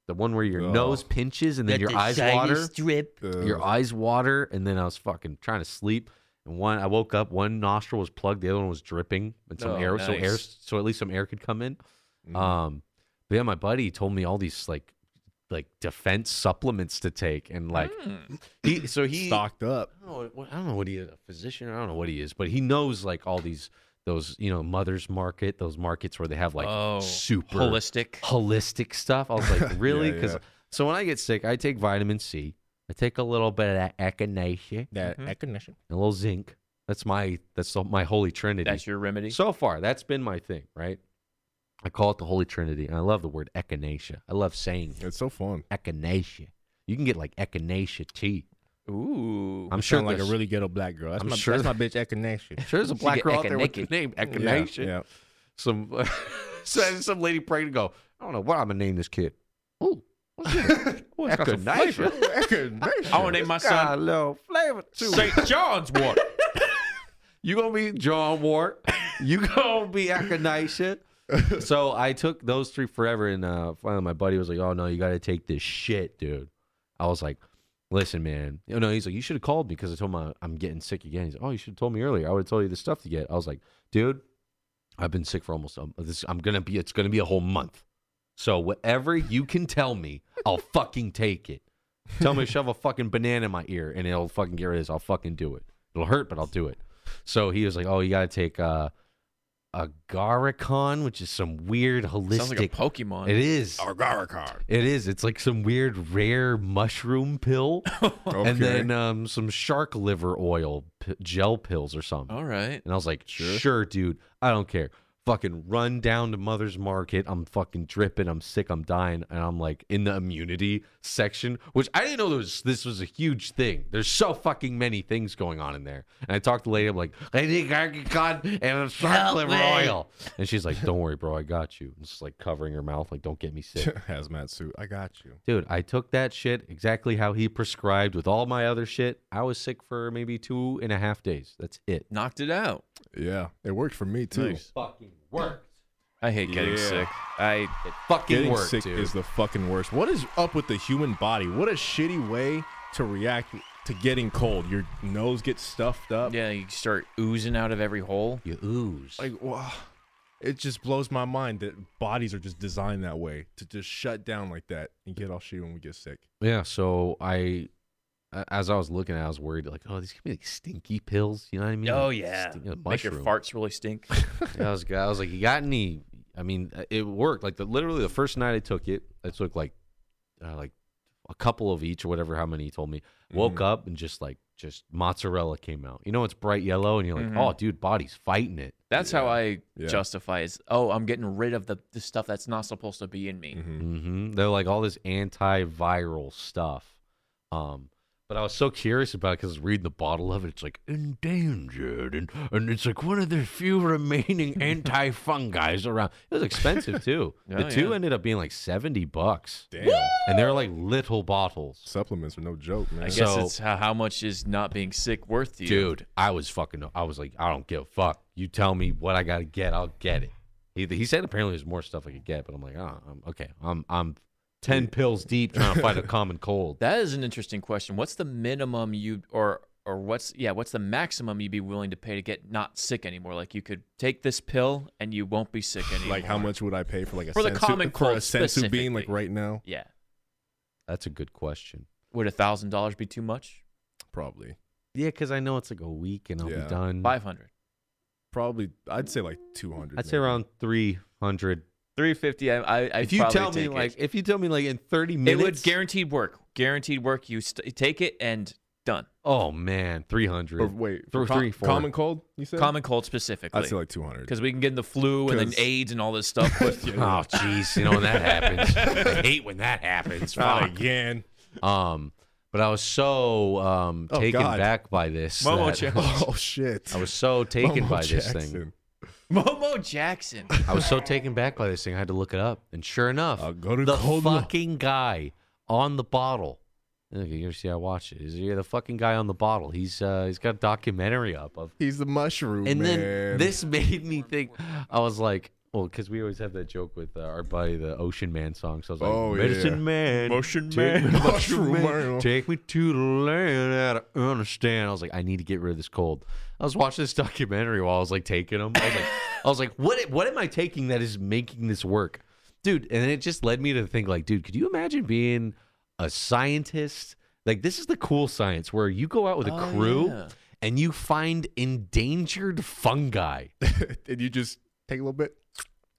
the one where your
Oh.
nose pinches and then your eyes water
Strip.
Uh,
your eyes water and then i was fucking trying to sleep and one i woke up one nostril was plugged the other one was dripping and some
Oh,
air so air
nice. Mm-hmm.
so at least some air could come in um but yeah my buddy told me all these like like defense supplements to take and like
Hmm.
he so he
stocked up.
I don't, know, what- I don't know what he is, a physician. I don't know what he is, but he knows like all these those you know mother's market, those markets where they have like
Oh,
super
holistic.
holistic stuff. I was like, really?
Yeah,
Because
yeah.
so when I get sick, I take vitamin C. I take a little bit of that echinacea,
That
Mm-hmm.
Mhm.
recognition.
and a little zinc. That's my that's the- my holy trinity.
That's your remedy.
So far, that's been my thing, right? I call it the holy trinity, and I love the word echinacea. I love saying
It's so fun.
echinacea. You can get like echinacea tea.
Ooh.
I'm sure
like a
there's-
really ghetto black girl. That's
I'm
my
sure-
that's my bitch recognition.
Sure, there's a black girl out there with the name
Yeah,
Echinacea.
yeah.
Some so- some lady pregnant go, I don't know what I'm gonna name this kid. Ooh, what's this? Ooh, it's got some flavor.
Echinacea.
I want to name my
It's got
son
a little flavor to it.
St. John's Wort.
You gonna be John Ward. You gonna be Echinacea. so I took those three forever, and uh, finally my buddy was like, "Oh no, you gotta take this shit, dude." I was like, "Listen, man. You know, he's like, you should have called me because I told him I- I'm getting sick again." He's like, "Oh, you should have told me earlier. I would have told you the stuff to get." I was like, "Dude, I've been sick for almost um, this. I'm gonna be. It's gonna be a whole month. So whatever you can tell me, I'll fucking take it. Tell me to shove a fucking banana in my ear, and it'll fucking get rid of this. I'll fucking do it. It'll hurt, but I'll do it." So he was like, "Oh, you gotta take uh, agaricon, which is some weird holistic.
Sounds like a Pokemon.
it is.
Argaricon.
It is. It's like some weird rare mushroom pill,
Okay.
and then um, some shark liver oil p- gel pills or something.
All right.
And I was like, sure.
Sure.
dude, I don't care. fucking run down to Mother's Market. I'm fucking dripping. I'm sick. I'm dying. And I'm like in the immunity section, which I didn't know there was, this was a huge thing. There's so fucking many things going on in there. And I talked to the lady. I'm like, I think I got and shark
Help
liver
me.
oil. And she's like, Don't worry, bro. I got you. And just like covering her mouth, like, Don't get me sick.
Hazmat suit. I got you.
Dude, I took that shit exactly how he prescribed with all my other shit. I was sick for maybe two and a half days. That's it.
Knocked it out.
Yeah, it worked for me too.
Fucking worked.
I hate getting
Yeah.
sick. I
It fucking
Getting
worked,
sick
dude.
is the fucking worst. What is up with the human body? What a shitty way to react to getting cold. Your nose gets stuffed up.
yeah, you start oozing out of every hole.
you ooze.
Like, wow. It just blows my mind that bodies are just designed that way to just shut down like that and get all shitty when we get sick.
Yeah, so I, a- as I was looking, at it, I was worried like, oh, these could be like stinky pills. You know what I mean?
Oh
Like,
yeah,
stink- you know,
make your
mushroom.
farts really stink.
I was, I was like, you got any? I mean, uh, it worked. Like the literally the first night I took it, I took like, uh, like a couple of each or whatever. How many he told me? Woke up and just like just mozzarella came out. You know, it's bright yellow, and you're like, oh, dude, body's fighting it.
That's how I
Yeah.
justify is oh, I'm getting rid of the, the stuff that's not supposed to be in me.
Mm-hmm. They're like all this antiviral stuff. Um, but I was so curious about it because reading the bottle of it, it's like endangered, and and it's like one of the few remaining antifungis around. It was expensive too. the
Oh,
two
yeah.
ended up being like seventy bucks,
Damn.
and they're like little bottles.
Supplements are no joke, man.
I guess
So-
it's how, how much is not being sick worth to you.
Dude, I was fucking. I was like, I don't give a fuck. You tell me what I gotta get, I'll get it. He, he said apparently there's more stuff I could get, but I'm like, oh, I'm, okay, I'm I'm ten pills deep trying to fight a common cold.
That is an interesting question. What's the minimum you or or what's yeah, what's the maximum you'd be willing to pay to get not sick anymore? Like you could take this pill and you won't be sick anymore.
Like, how much would I pay for like a
For the
sensu,
common
for a
cold
sensu bean like
specifically.
right now?
Yeah.
That's a good question.
Would a thousand dollars be too much?
Probably,
Yeah, because I know it's like a week and I'll
Yeah.
be done.
Five hundred.
probably. I'd say like two hundred.
I'd say around three hundred.
Three fifty I I I'd
If you
probably
tell me
take it.
like, if you tell me like in thirty
it
minutes,
would guaranteed work. Guaranteed work. You st- take it and done.
Oh man, three hundred.
Or wait,
Throw
com-
three, four.
common cold. You said
Common cold specifically.
I'd say like two hundred.
because we can get in the flu and then
'Cause-
AIDS and all this stuff. But
Oh jeez, you know when that happens. I hate when that happens.
Not
Fuck.
again.
Um, but I was so um
Oh,
taken
God.
back by this.
Momo
that-
challenge.
Oh shit.
I was so taken
Momo
by this thing.
Jackson.
Momo Jackson,
I was so taken back by this thing, I had to look it up. And sure enough,
I'll Uh, go to
the
Cold War.
fucking guy on the bottle. Look, you ever see I watch it? Is he the fucking guy on the bottle? He's uh, he's got a documentary up of.
He's the mushroom
And
man.
then this made me think. I was like, well, because we always have that joke with uh, our buddy the Ocean Man song. So I was like,
Oh, yeah.
Medicine Man,
Motion
take
Man.
me- Mushroom
Mushroom
Man,
Man.
take me to the land that I understand. I was like, I need to get rid of this cold. I was watching this documentary while I was like taking them. I was like, I was like, what? What am I taking that is making this work, dude? And it just led me to think, like, dude, could you imagine being a scientist? Like, this is the cool science where you go out with a
Oh,
crew
yeah.
and you find endangered fungi.
and you just take a little bit.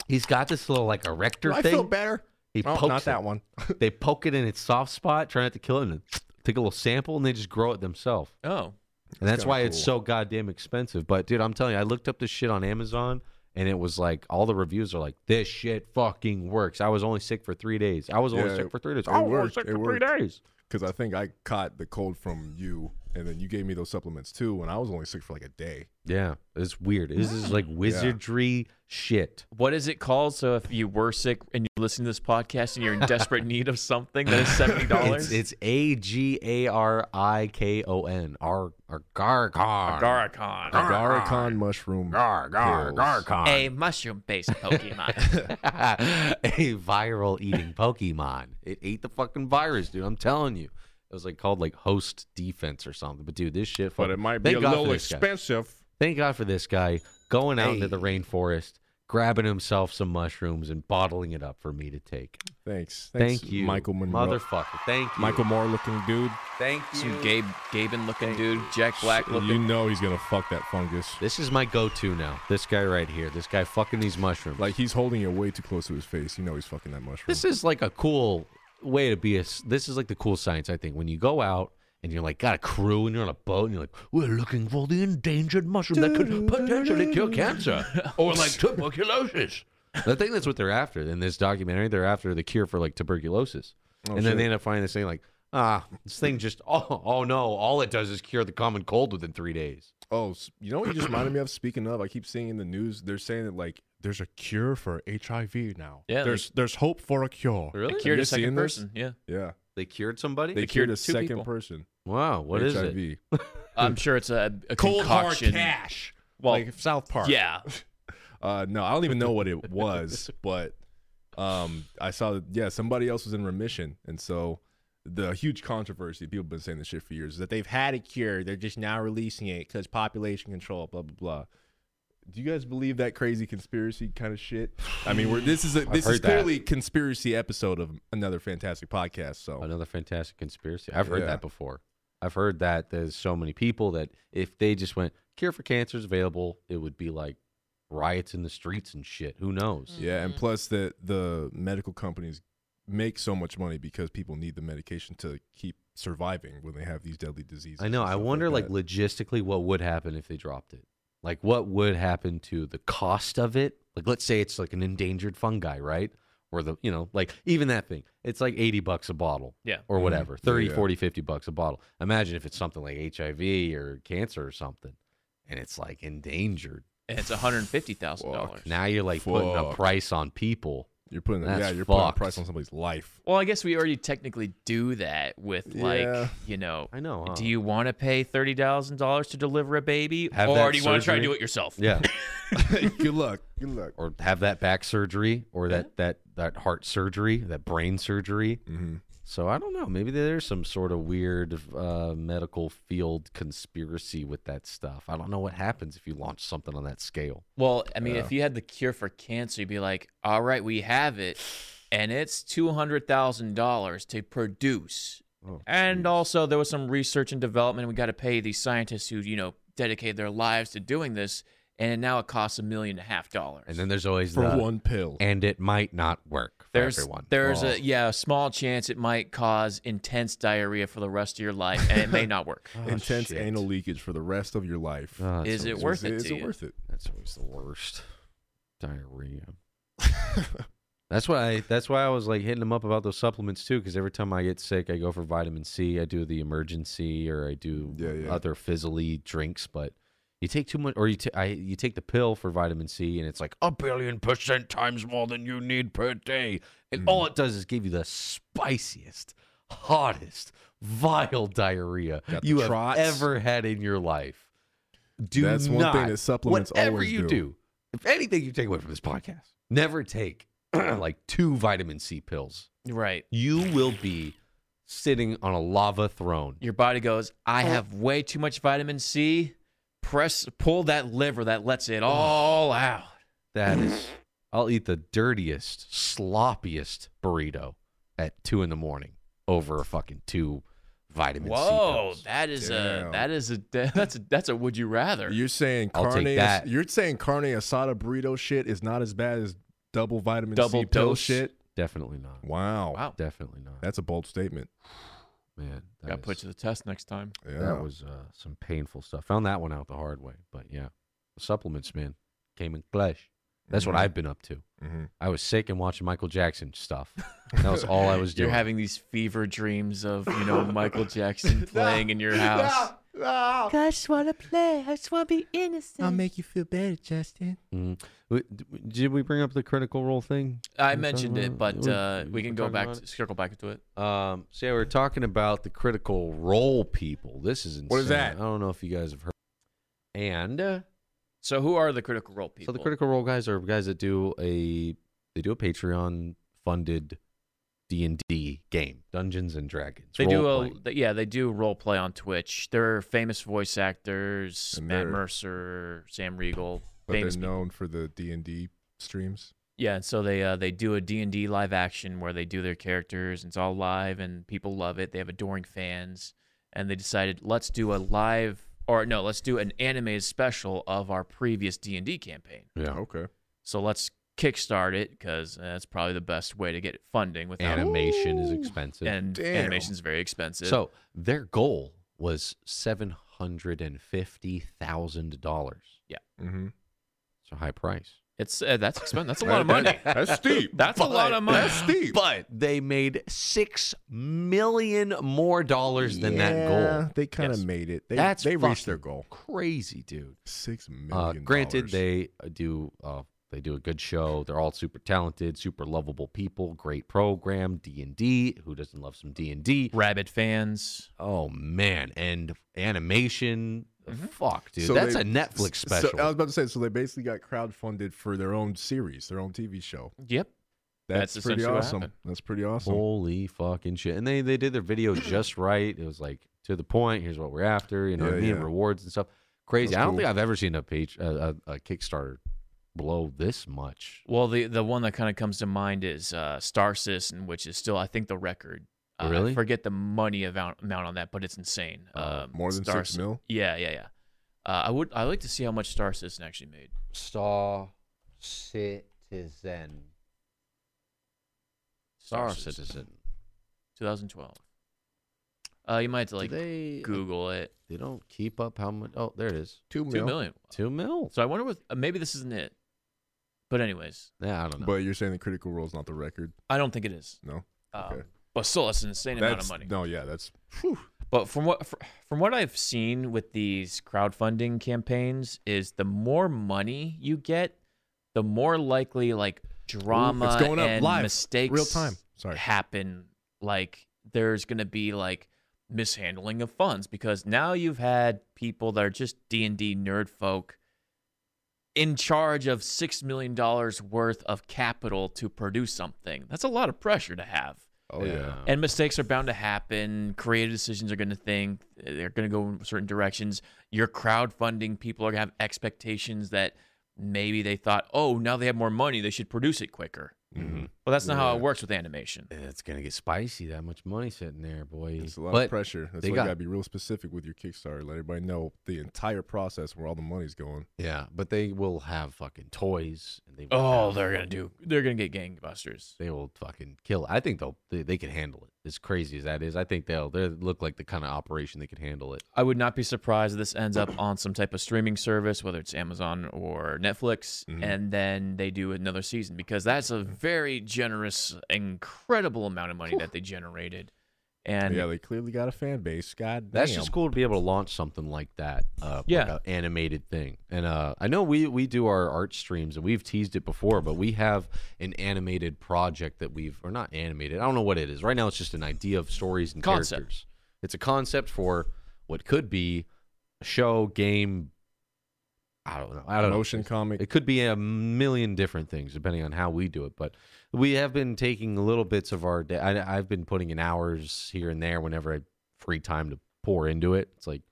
He's got this little like erector
I
thing.
feel better.
He
Oh,
pokes
not
it.
that one.
They poke it in its soft spot, try not to kill it, and then take a little sample, and they just grow it themselves.
Oh,
And that's
kinda
why it's so
cool.
goddamn expensive. But dude, I'm telling you, I looked up this shit on Amazon, and it was like all the reviews are like, "This shit fucking works." I was only sick for three days. I was only
Yeah,
sick for three days.
it
I was only
worked,
sick
it
for three
worked.
days.
Because I think I caught the cold from you, and then you gave me those supplements too. When I was only sick for like a day.
Yeah, it's weird. This is like wizardry shit.
what is it called? So if you were sick and you listen to this podcast and you're in desperate need of something, that is seventy
It's
dollars.
it's A G A R I K O N. Ar Argarcon.
Garakon,
Agaricon mushroom.
Gar, gar,
pills.
garcon.
a mushroom-based Pokemon.
a viral eating Pokemon. It ate the fucking virus, dude. I'm telling you. It was like called like host defense or something. But dude, this shit.
But
fucking-
it might be
Thank
a
God
little
for this guy.
expensive.
Thank God for this guy going out into the rainforest, grabbing himself some mushrooms and bottling it up for me to take.
Thanks. Thanks.
Thank you,
Michael Monroe.
motherfucker. Thank you,
Michael Moore looking dude.
Thank
Some Gabe Gaben looking dude, Jack Black
You
looking.
know he's gonna fuck that fungus.
This is my go-to now. This guy right here. This guy fucking these mushrooms.
Like he's holding it way too close to his face. You know he's fucking that mushroom.
This is like a cool way to be a. s- This is like the cool science, I think. When you go out and you're like got a crew and you're on a boat and you're like we're looking for the endangered mushroom that could potentially cure cancer or like tuberculosis. I think that's what they're after in this documentary. They're after the cure for like tuberculosis, and then they end up finding this thing like ah this thing just oh oh no all it does is cure the common cold within three days.
Oh, s- you know what you just reminded me of? Speaking of, I keep seeing in the news they're saying that like there's a cure for HIV now.
Yeah,
there's there's hope for a cure.
Really?
They
Have
cured
you
a second
seen this?
person. Yeah,
Yeah,
They cured somebody.
they,
cured
cured, a
two
second
people.
person.
wow, what is
HIV.
it?
I'm sure it's a, a concoction.
cash.
Well,
like South Park.
yeah,
Uh, no, I don't even know what it was, but um, I saw that yeah, somebody else was in remission, and so the huge controversy people have been saying this shit for years is that they've had a cure, they're just now releasing it because population control, blah blah blah. Do you guys believe that crazy conspiracy kind of shit? I mean, we're this is a, this is
heard that.
clearly a conspiracy episode of another fantastic podcast. So
Another fantastic conspiracy. I've heard
Oh. Yeah.
that before. I've heard that there's so many people that if they just went cure for cancer is available, it would be like riots in the streets and shit. Who knows?
yeah, and plus that the medical companies make so much money because people need the medication to keep surviving when they have these deadly diseases.
I know.
and
I
stuff
wonder
like
like,
that.
logistically what would happen if they dropped it. Like what would happen to the cost of it? Like let's say it's like an endangered fungi, right? Or the, you know, like even that thing. It's like 80 bucks a bottle.
Yeah.
Or whatever. 30,
Mm-hmm. Yeah.
40, 50 bucks a bottle. Imagine if it's something like HIV or cancer or something and it's like endangered.
and it's 150 thousand dollars.
Now you're like putting a
Fuck.
price on people.
You're putting
That's
yeah, you're putting a
fucked.
price on somebody's life.
Well, I guess we already technically do that with like
Yeah.
you know.
I know. Huh?
Do you want to pay thirty thousand dollars to deliver a baby,
Have
or
that
do you want to try
surgery?
to do it yourself?
Yeah.
Good luck. Good luck.
or have that back surgery or that that that heart surgery, that brain surgery.
Mm-hmm.
Mhm.
So I don't know. Maybe there's some sort of weird uh, medical field conspiracy with that stuff. I don't know what happens if you launch something on that scale.
Well, I mean, if you had the cure for cancer, you'd be like, all right, we have it, and it's two hundred thousand dollars to produce. and also, there was some research and development. We got to pay these scientists who, you know, dedicated their lives to doing this, and now it costs a million and a half dollars.
And then there's always
For
the,
one Oh. pill.
and it might not work for
there's
everyone.
there's a yeah a small chance it might cause intense diarrhea for the rest of your life, and it may not work.
Intense
oh, shit.
anal leakage for the rest of your life.
Oh, that's
Is
always-
it worth it?
Is,
to
it
you?
worth it?
That's always the worst. Diarrhea. that's why I, that's why I was like hitting them up about those supplements too, because every time I get sick, I go for vitamin C. I do the emergency or I do
Mm, Yeah, yeah.
other fizzly drinks, but you take too much, or you ta- I you take the pill for vitamin C, and it's like a billion percent times more than you need per day,
Mm.
and all it does is give you the spiciest, hottest, vile diarrhea
Got the
you have
trots.
ever had in your life. Do
That's one thing
not-
that supplements
whatever
always
you
do.
If anything you take away from this podcast, never take like two vitamin C pills.
Right.
You will be sitting on a lava throne.
Your body goes, I have way too much vitamin C. Press, pull that lever that lets it all out.
That is, I'll eat the dirtiest, sloppiest burrito at two in the morning over a fucking two vitamin C
Whoa,
pills.
that is
Damn.
a that is a that's a that's a would you rather.
You're saying
I'll take
carne as-
that.
you're saying carne asada burrito shit is not as bad as double vitamin
Double
C pill
dose.
shit.
Definitely not.
Wow.
wow,
Definitely not.
That's a bold statement.
Man, that
got to
is-
put you to the test next time.
Yeah.
That was uh, some painful stuff. Found that one out the hard way. But yeah, supplements, man, came in clutch. That's
Mhm.
what I've been up to.
Mhm.
I was sick and watching Michael Jackson stuff. That was all I was
You're
doing.
having these fever dreams of you know Michael Jackson playing in your house.
I just want to play. I just want to be innocent.
you feel better, Justin.
Mhm. W- d- w- Did we bring up the critical role thing?
I
We're
mentioned
talking
it,
about-
but uh, we can
we're
go
talking
back,
about
to, circle back to it.
it. Um, so yeah, we we're talking about the critical role people. This is insane.
What is that?
I don't know if you guys have heard. And uh,
So who are the critical role people?
So the critical role guys are guys that do a they do a Patreon funded D and D game, Dungeons and Dragons.
They do a
role-playing.
th- yeah, they do role play on Twitch. They're famous voice actors,
And
Matt
they're-
Mercer, Sam Riegel,
But they're
famous people.
known for the D and D streams.
Yeah, and so they uh, they do a D&D live action where they do their characters and it's all live and people love it. They have adoring fans and they decided let's do a live or no, let's do an animated special of our previous D&D campaign.
yeah.
Oh, Okay.
So let's kickstart it because that's probably the best way to get funding without
Animation is expensive.
and
Damn.
animation's very expensive.
so their goal was seven hundred and fifty thousand dollars.
Mm-hmm.
It's a high price.
it's uh, that's expensive. That's a lot of money.
That's steep.
That's a lot of money.
That's steep.
But they made six million more dollars than that
Yeah,
goal.
They kind of
Yes.
made it. They,
That's
they reached
fucking
their goal.
Crazy, dude.
Six million.
Uh, granted,
dollars.
they uh, do uh, they do a good show. They're all super talented, super lovable people. Great program, D and D. Who doesn't love some D and D?
Rabid fans.
Oh man, and animation. Fuck, dude,
Mm-hmm. So
that's
they-
a Netflix
so-
special.
I was about to say. So they basically got crowdfunded for their own series, their own TV show.
Yep.
That's,
That's
pretty
essentially what
awesome.
happened.
That's pretty awesome.
Holy fucking shit! And they they did their video just right. It was like to the point. Here's what we're after. You know what I
Yeah,
mean?
yeah.
Rewards and stuff. Crazy. I
That's
don't
cool.
think I've ever seen a page a, a, a Kickstarter blow this much.
Well, the the one that kind of comes to mind is uh, Star Citizen, which is still I think the record.
Oh,
Uh,
Really?
I forget the money amount, amount on that, but it's insane.
Uh,
Um,
Oh, More than
Star
six
Ci-
mil.
Yeah, yeah, yeah. Uh, I would. I like to see how much Star Citizen actually made.
Star Citizen. Star Citizen.
2012. Uh, you might have to
Like,
like
they
Google it.
they don't keep up how much? Oh, there it is.
Two
Two million.
Two mil.
So I wonder what. Uh, maybe this isn't it. But anyways,
Yeah, I don't know.
But you're saying the critical role is not the record?
I don't think it is.
No.
Um,
Okay.
But still, that's an insane amount
That's-
of money.
No, yeah, that's
But from what fr- from what I've seen with these crowdfunding campaigns is the more money you get, the more likely like drama
it's going up
and
live,
mistakes
real time. Sorry.
happen. Like there's gonna be like mishandling of funds because now you've had people that are just D and D nerd folk in charge of six million dollars worth of capital to produce something. That's a lot of pressure to have
Oh yeah.
and mistakes are bound to happen. Creative decisions are going to think they're going to go in certain directions. Your crowdfunding people are going to have expectations that maybe they thought, oh, now they have more money, they should produce it quicker.
Mhm.
Well, that's not how
Yeah.
it works with animation.
It's gonna get spicy. That much money sitting there, boy.
It's a lot
But
of pressure. That's
they
why you
got-
gotta be real specific with your Kickstarter. Let everybody know the entire process where all the money's going.
Yeah, but they will have fucking toys. And they will
Oh,
have-
they're going to do. They're going to get gangbusters.
They will fucking kill. I think they'll they, they can handle it. As crazy as that is, I think they'll they look like the kind of operation that can handle it.
I would not be surprised if this ends up on some type of streaming service, whether it's Amazon or Netflix, and then they do another season because that's a very generous, incredible amount of money that they generated. And
yeah, they clearly got a fan base. God damn.
That's just cool to be able to launch something like that. Uh, like
Yeah.
a animated thing. And uh, I know we we do our art streams and we've teased it before, but we have an animated project that we've or not animated. I don't know what it is right now. It's just an idea of stories and
Concept.
characters. It's a concept for what could be a show, game. I don't know. I don't know.
Motion comic.
It could be a million different things depending on how we do it, but we have been taking little bits of our day. I, I've been putting in hours here and there whenever I have free time to pour into it. It's like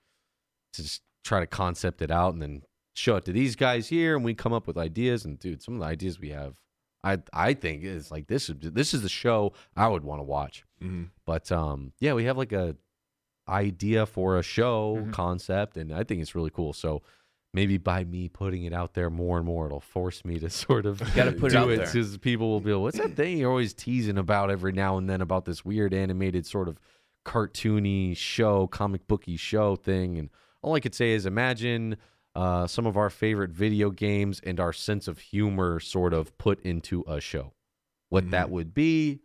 to just try to concept it out and then show it to these guys here, and we come up with ideas. And dude, some of the ideas we have, I I think is like this. would- This is the show I would want to watch.
Mhm.
But um, yeah, we have like a idea for a show
Mhm.
concept, and I think it's really cool. So maybe by me putting it out there more and more, it'll force me to sort of
You gotta put it
do
out there.
because people will be like, "What's that thing you're always teasing about every now and then about this weird animated sort of cartoony show, comic booky show thing?" And all I could say is, imagine uh, some of our favorite video games and our sense of humor sort of put into a show. What
Mm.
that would be,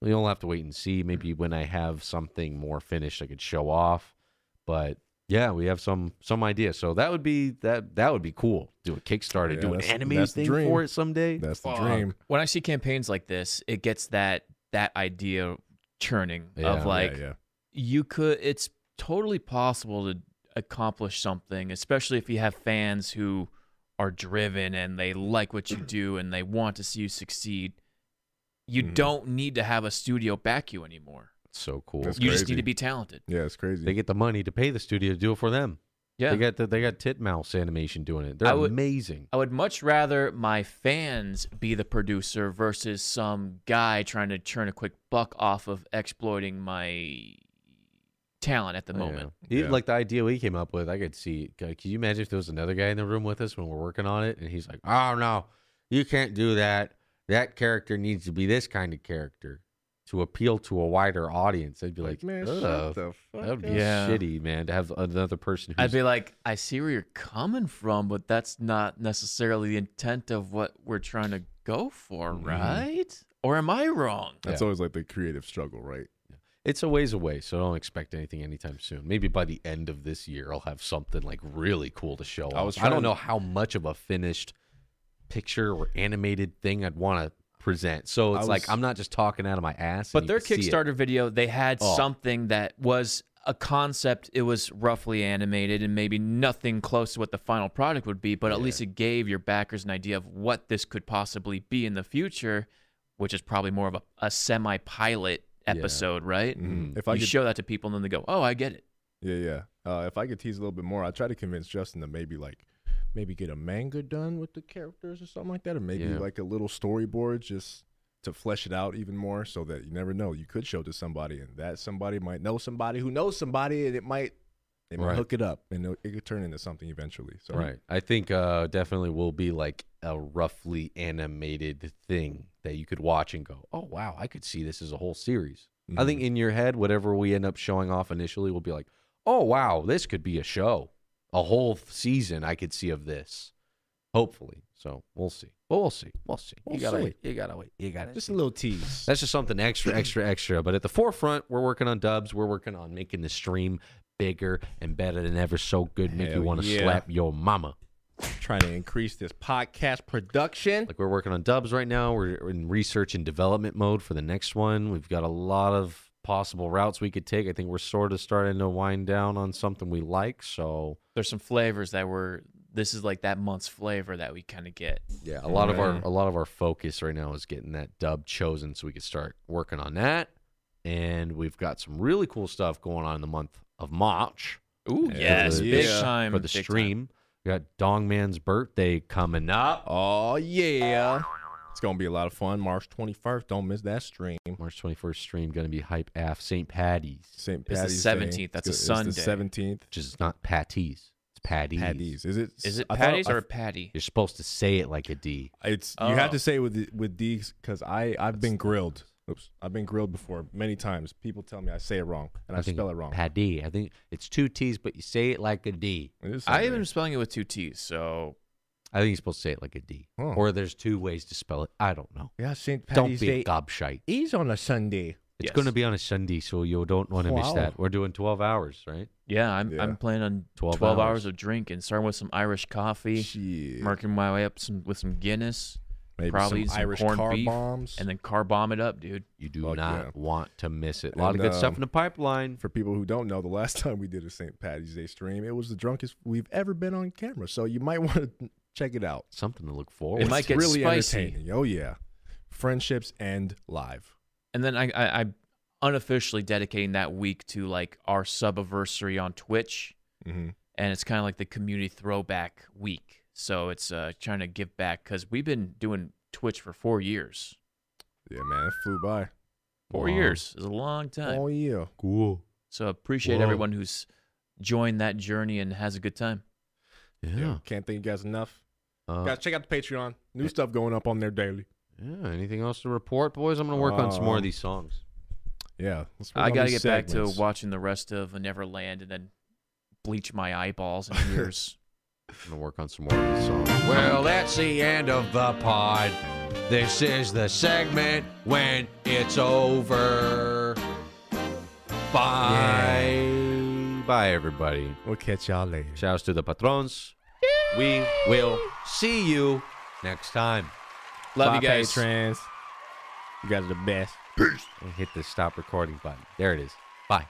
you'll have to wait and see. Maybe when I have something more finished, I could show off. But yeah, we have some some idea. So that would be that that would be cool. Do a Kickstarter,
Yeah,
do an
that's-
animated
that's the
thing
dream.
for it someday.
That's the
Fuck.
dream.
when I see campaigns like this, it gets that that idea churning
Yeah.
of like
yeah, yeah.
you could it's totally possible to accomplish something, especially if you have fans who are driven and they like what you do and they want to see you succeed. You
Hmm.
Mhm.
don't need to have a studio back you anymore.
It's so cool.
That's
you just need
crazy.
to be talented.
Yeah, it's crazy.
They get the money to pay the studio to do it for them.
Yeah.
They got the, they got Titmouse animation doing it. They're
I would-
amazing.
I would much rather my fans be the producer versus some guy trying to churn a quick buck off of exploiting my talent at the moment.
Oh, Yeah. Even
Oh, Yeah.
Like the idea we came up with, I could see. Can you imagine if there was another guy in the room with us when we're working on it, and he's like, "Oh no, You can't do that. That character needs to be this kind of character to appeal to a wider audience. They'd be like,
man,
"Ugh,
shut the fuck
that would be
up.
Yeah.
shitty, man, to have another person who's
I'd be like, I see where you're coming from, but that's not necessarily the intent of what we're trying to go for, right? Or am I wrong?
That's
Yeah.
always like the creative struggle, right?
It's a ways away, so don't expect anything anytime soon. Maybe by the end of this year, I'll have something like really cool to show.
I
off.
was
I don't
trying-
know how much of a finished picture or animated thing I'd want to present. So
I
it's like
was-
I'm not just talking out of my ass. and
But
you
their
can see it.
Kickstarter video, they had
Oh.
something that was a concept. It was roughly animated and maybe nothing close to what the final product would be, but at least it gave your backers an idea of what this could possibly be in the future, which is probably more of a, a semi pilot episode, right?
Mm-hmm.
Mm.
If I
you
could,
show that to people and then they go, oh, I get it.
yeah, yeah. Uh, if I could tease a little bit more, I try to convince Justin to maybe like, maybe get a manga done with the characters or something like that, or maybe
Yeah.
like a little storyboard just to flesh it out even more, so that you never know. You could show to somebody, and that somebody might know somebody who knows somebody, and it might. They might
Right.
hook it up, and it'll- it could turn into something eventually. So
right? I think uh, definitely will be like a roughly animated thing that you could watch and go, "Oh wow, I could see this as a whole series." I
Mm-hmm.
think in your head, whatever we end up showing off initially, will be like, "Oh wow, this could be a show, a whole f- season. I could see of this." Hopefully, so we'll see. Well, we'll see. We'll see.
We'll
you gotta
see.
wait. You gotta wait. You gotta.
just
see.
a little tease.
That's just something extra, extra, extra. But at the forefront, we're working on dubs. We're working on making the stream bigger and better than ever. So good, make you
Hell
want to
yeah.
slap your mama.
trying to increase this podcast production.
Like we're working on dubs right now. We're we're in research and development mode for the next one. We've got a lot of possible routes we could take. I think we're sort of starting to wind down on something we like. So
There's some flavors that were, this is like that month's flavor that we kind of get.
yeah, a lot of our a lot of our focus right now is getting that dub chosen so we can start working on that. And we've got some really cool stuff going on in the month of March.
Ooh, yes.
for the-
Big
yeah.
time.
for the
big time.
stream. We got Dongman's birthday coming up.
Oh yeah. It's gonna be a lot of fun. March twenty first. Don't miss that stream.
March 21st stream going to be hype af St. Patty's,
St.
the
Patty's
17th.
Day.
That's a
It's
Sunday.
The seventeenth.
which is not patties. It's patties.
Patties. Is it?
Is it
I thought-
patties
I-
or a patty?
You're supposed to say it like a D.
It's you have
Oh.
to say with the- with D's because I I've been grilled. Oops, I've been grilled before many times. People tell me I say it wrong and I,
think
spell it wrong.
Paddy. I think it's two T's, but you say it like a D.
It is
I
Sunday.
am spelling it with two T's, so
I think you're supposed to say it like a D.
Huh.
Or there's two ways to spell it. I don't know.
yeah St.
don't
Patty's
be
Day
a gobshite.
is on a Sunday.
It's
Yes.
going to be on a Sunday, so you don't want to miss
Wow.
that. We're doing 12 hours, right?
yeah, I'm
Yeah.
I'm planning on
12
12,
hours.
hours. of drinking, starting with some Irish coffee,
Shit.
marking my way up some with some Guinness,
Maybe
probably
some
some
Irish
corned
car
beef,
bombs.
and then car bomb it up, dude.
You do
Fuck
not
yeah.
want to miss it. A lot of
And,
good stuff in
um,
the pipeline.
for people who don't know, the last time we did a St. Patty's Day stream, it was the drunkest we've ever been on camera. So you might want to check it out.
Something to look forward
It might
to.
get
really
spicy.
entertaining. Oh yeah, friendships end live.
And then I, I I'm unofficially dedicating that week to like our subversary on Twitch,
Mm-hmm.
and it's kind of like the community throwback week. So it's uh, trying to give back because we've been doing Twitch for four years.
Yeah, man, it flew by.
Four
Wow.
years is a long time.
Oh yeah,
Cool.
So appreciate
Whoa.
everyone who's joined that journey and has a good time.
Yeah.
yeah. Can't thank you guys enough.
Uh,
guys, check out the Patreon. New stuff going up on there daily.
yeah. Anything else to report, boys? I'm going to work on some more of
Um,
these songs.
Yeah, let's work
I
on
gotta
these
get back
segments.
to watching the rest of Neverland and then bleach my eyeballs and ears.
I'm gonna work on some more of these songs. Well, that's the end of the pod. This is the segment when it's over. Bye. Bye, everybody.
We'll catch y'all later.
Shouts to the patrons. We will see you next time.
Love
Bye,
you guys.
Patrons. You guys are the best.
And hit the stop recording button. There it is. Bye.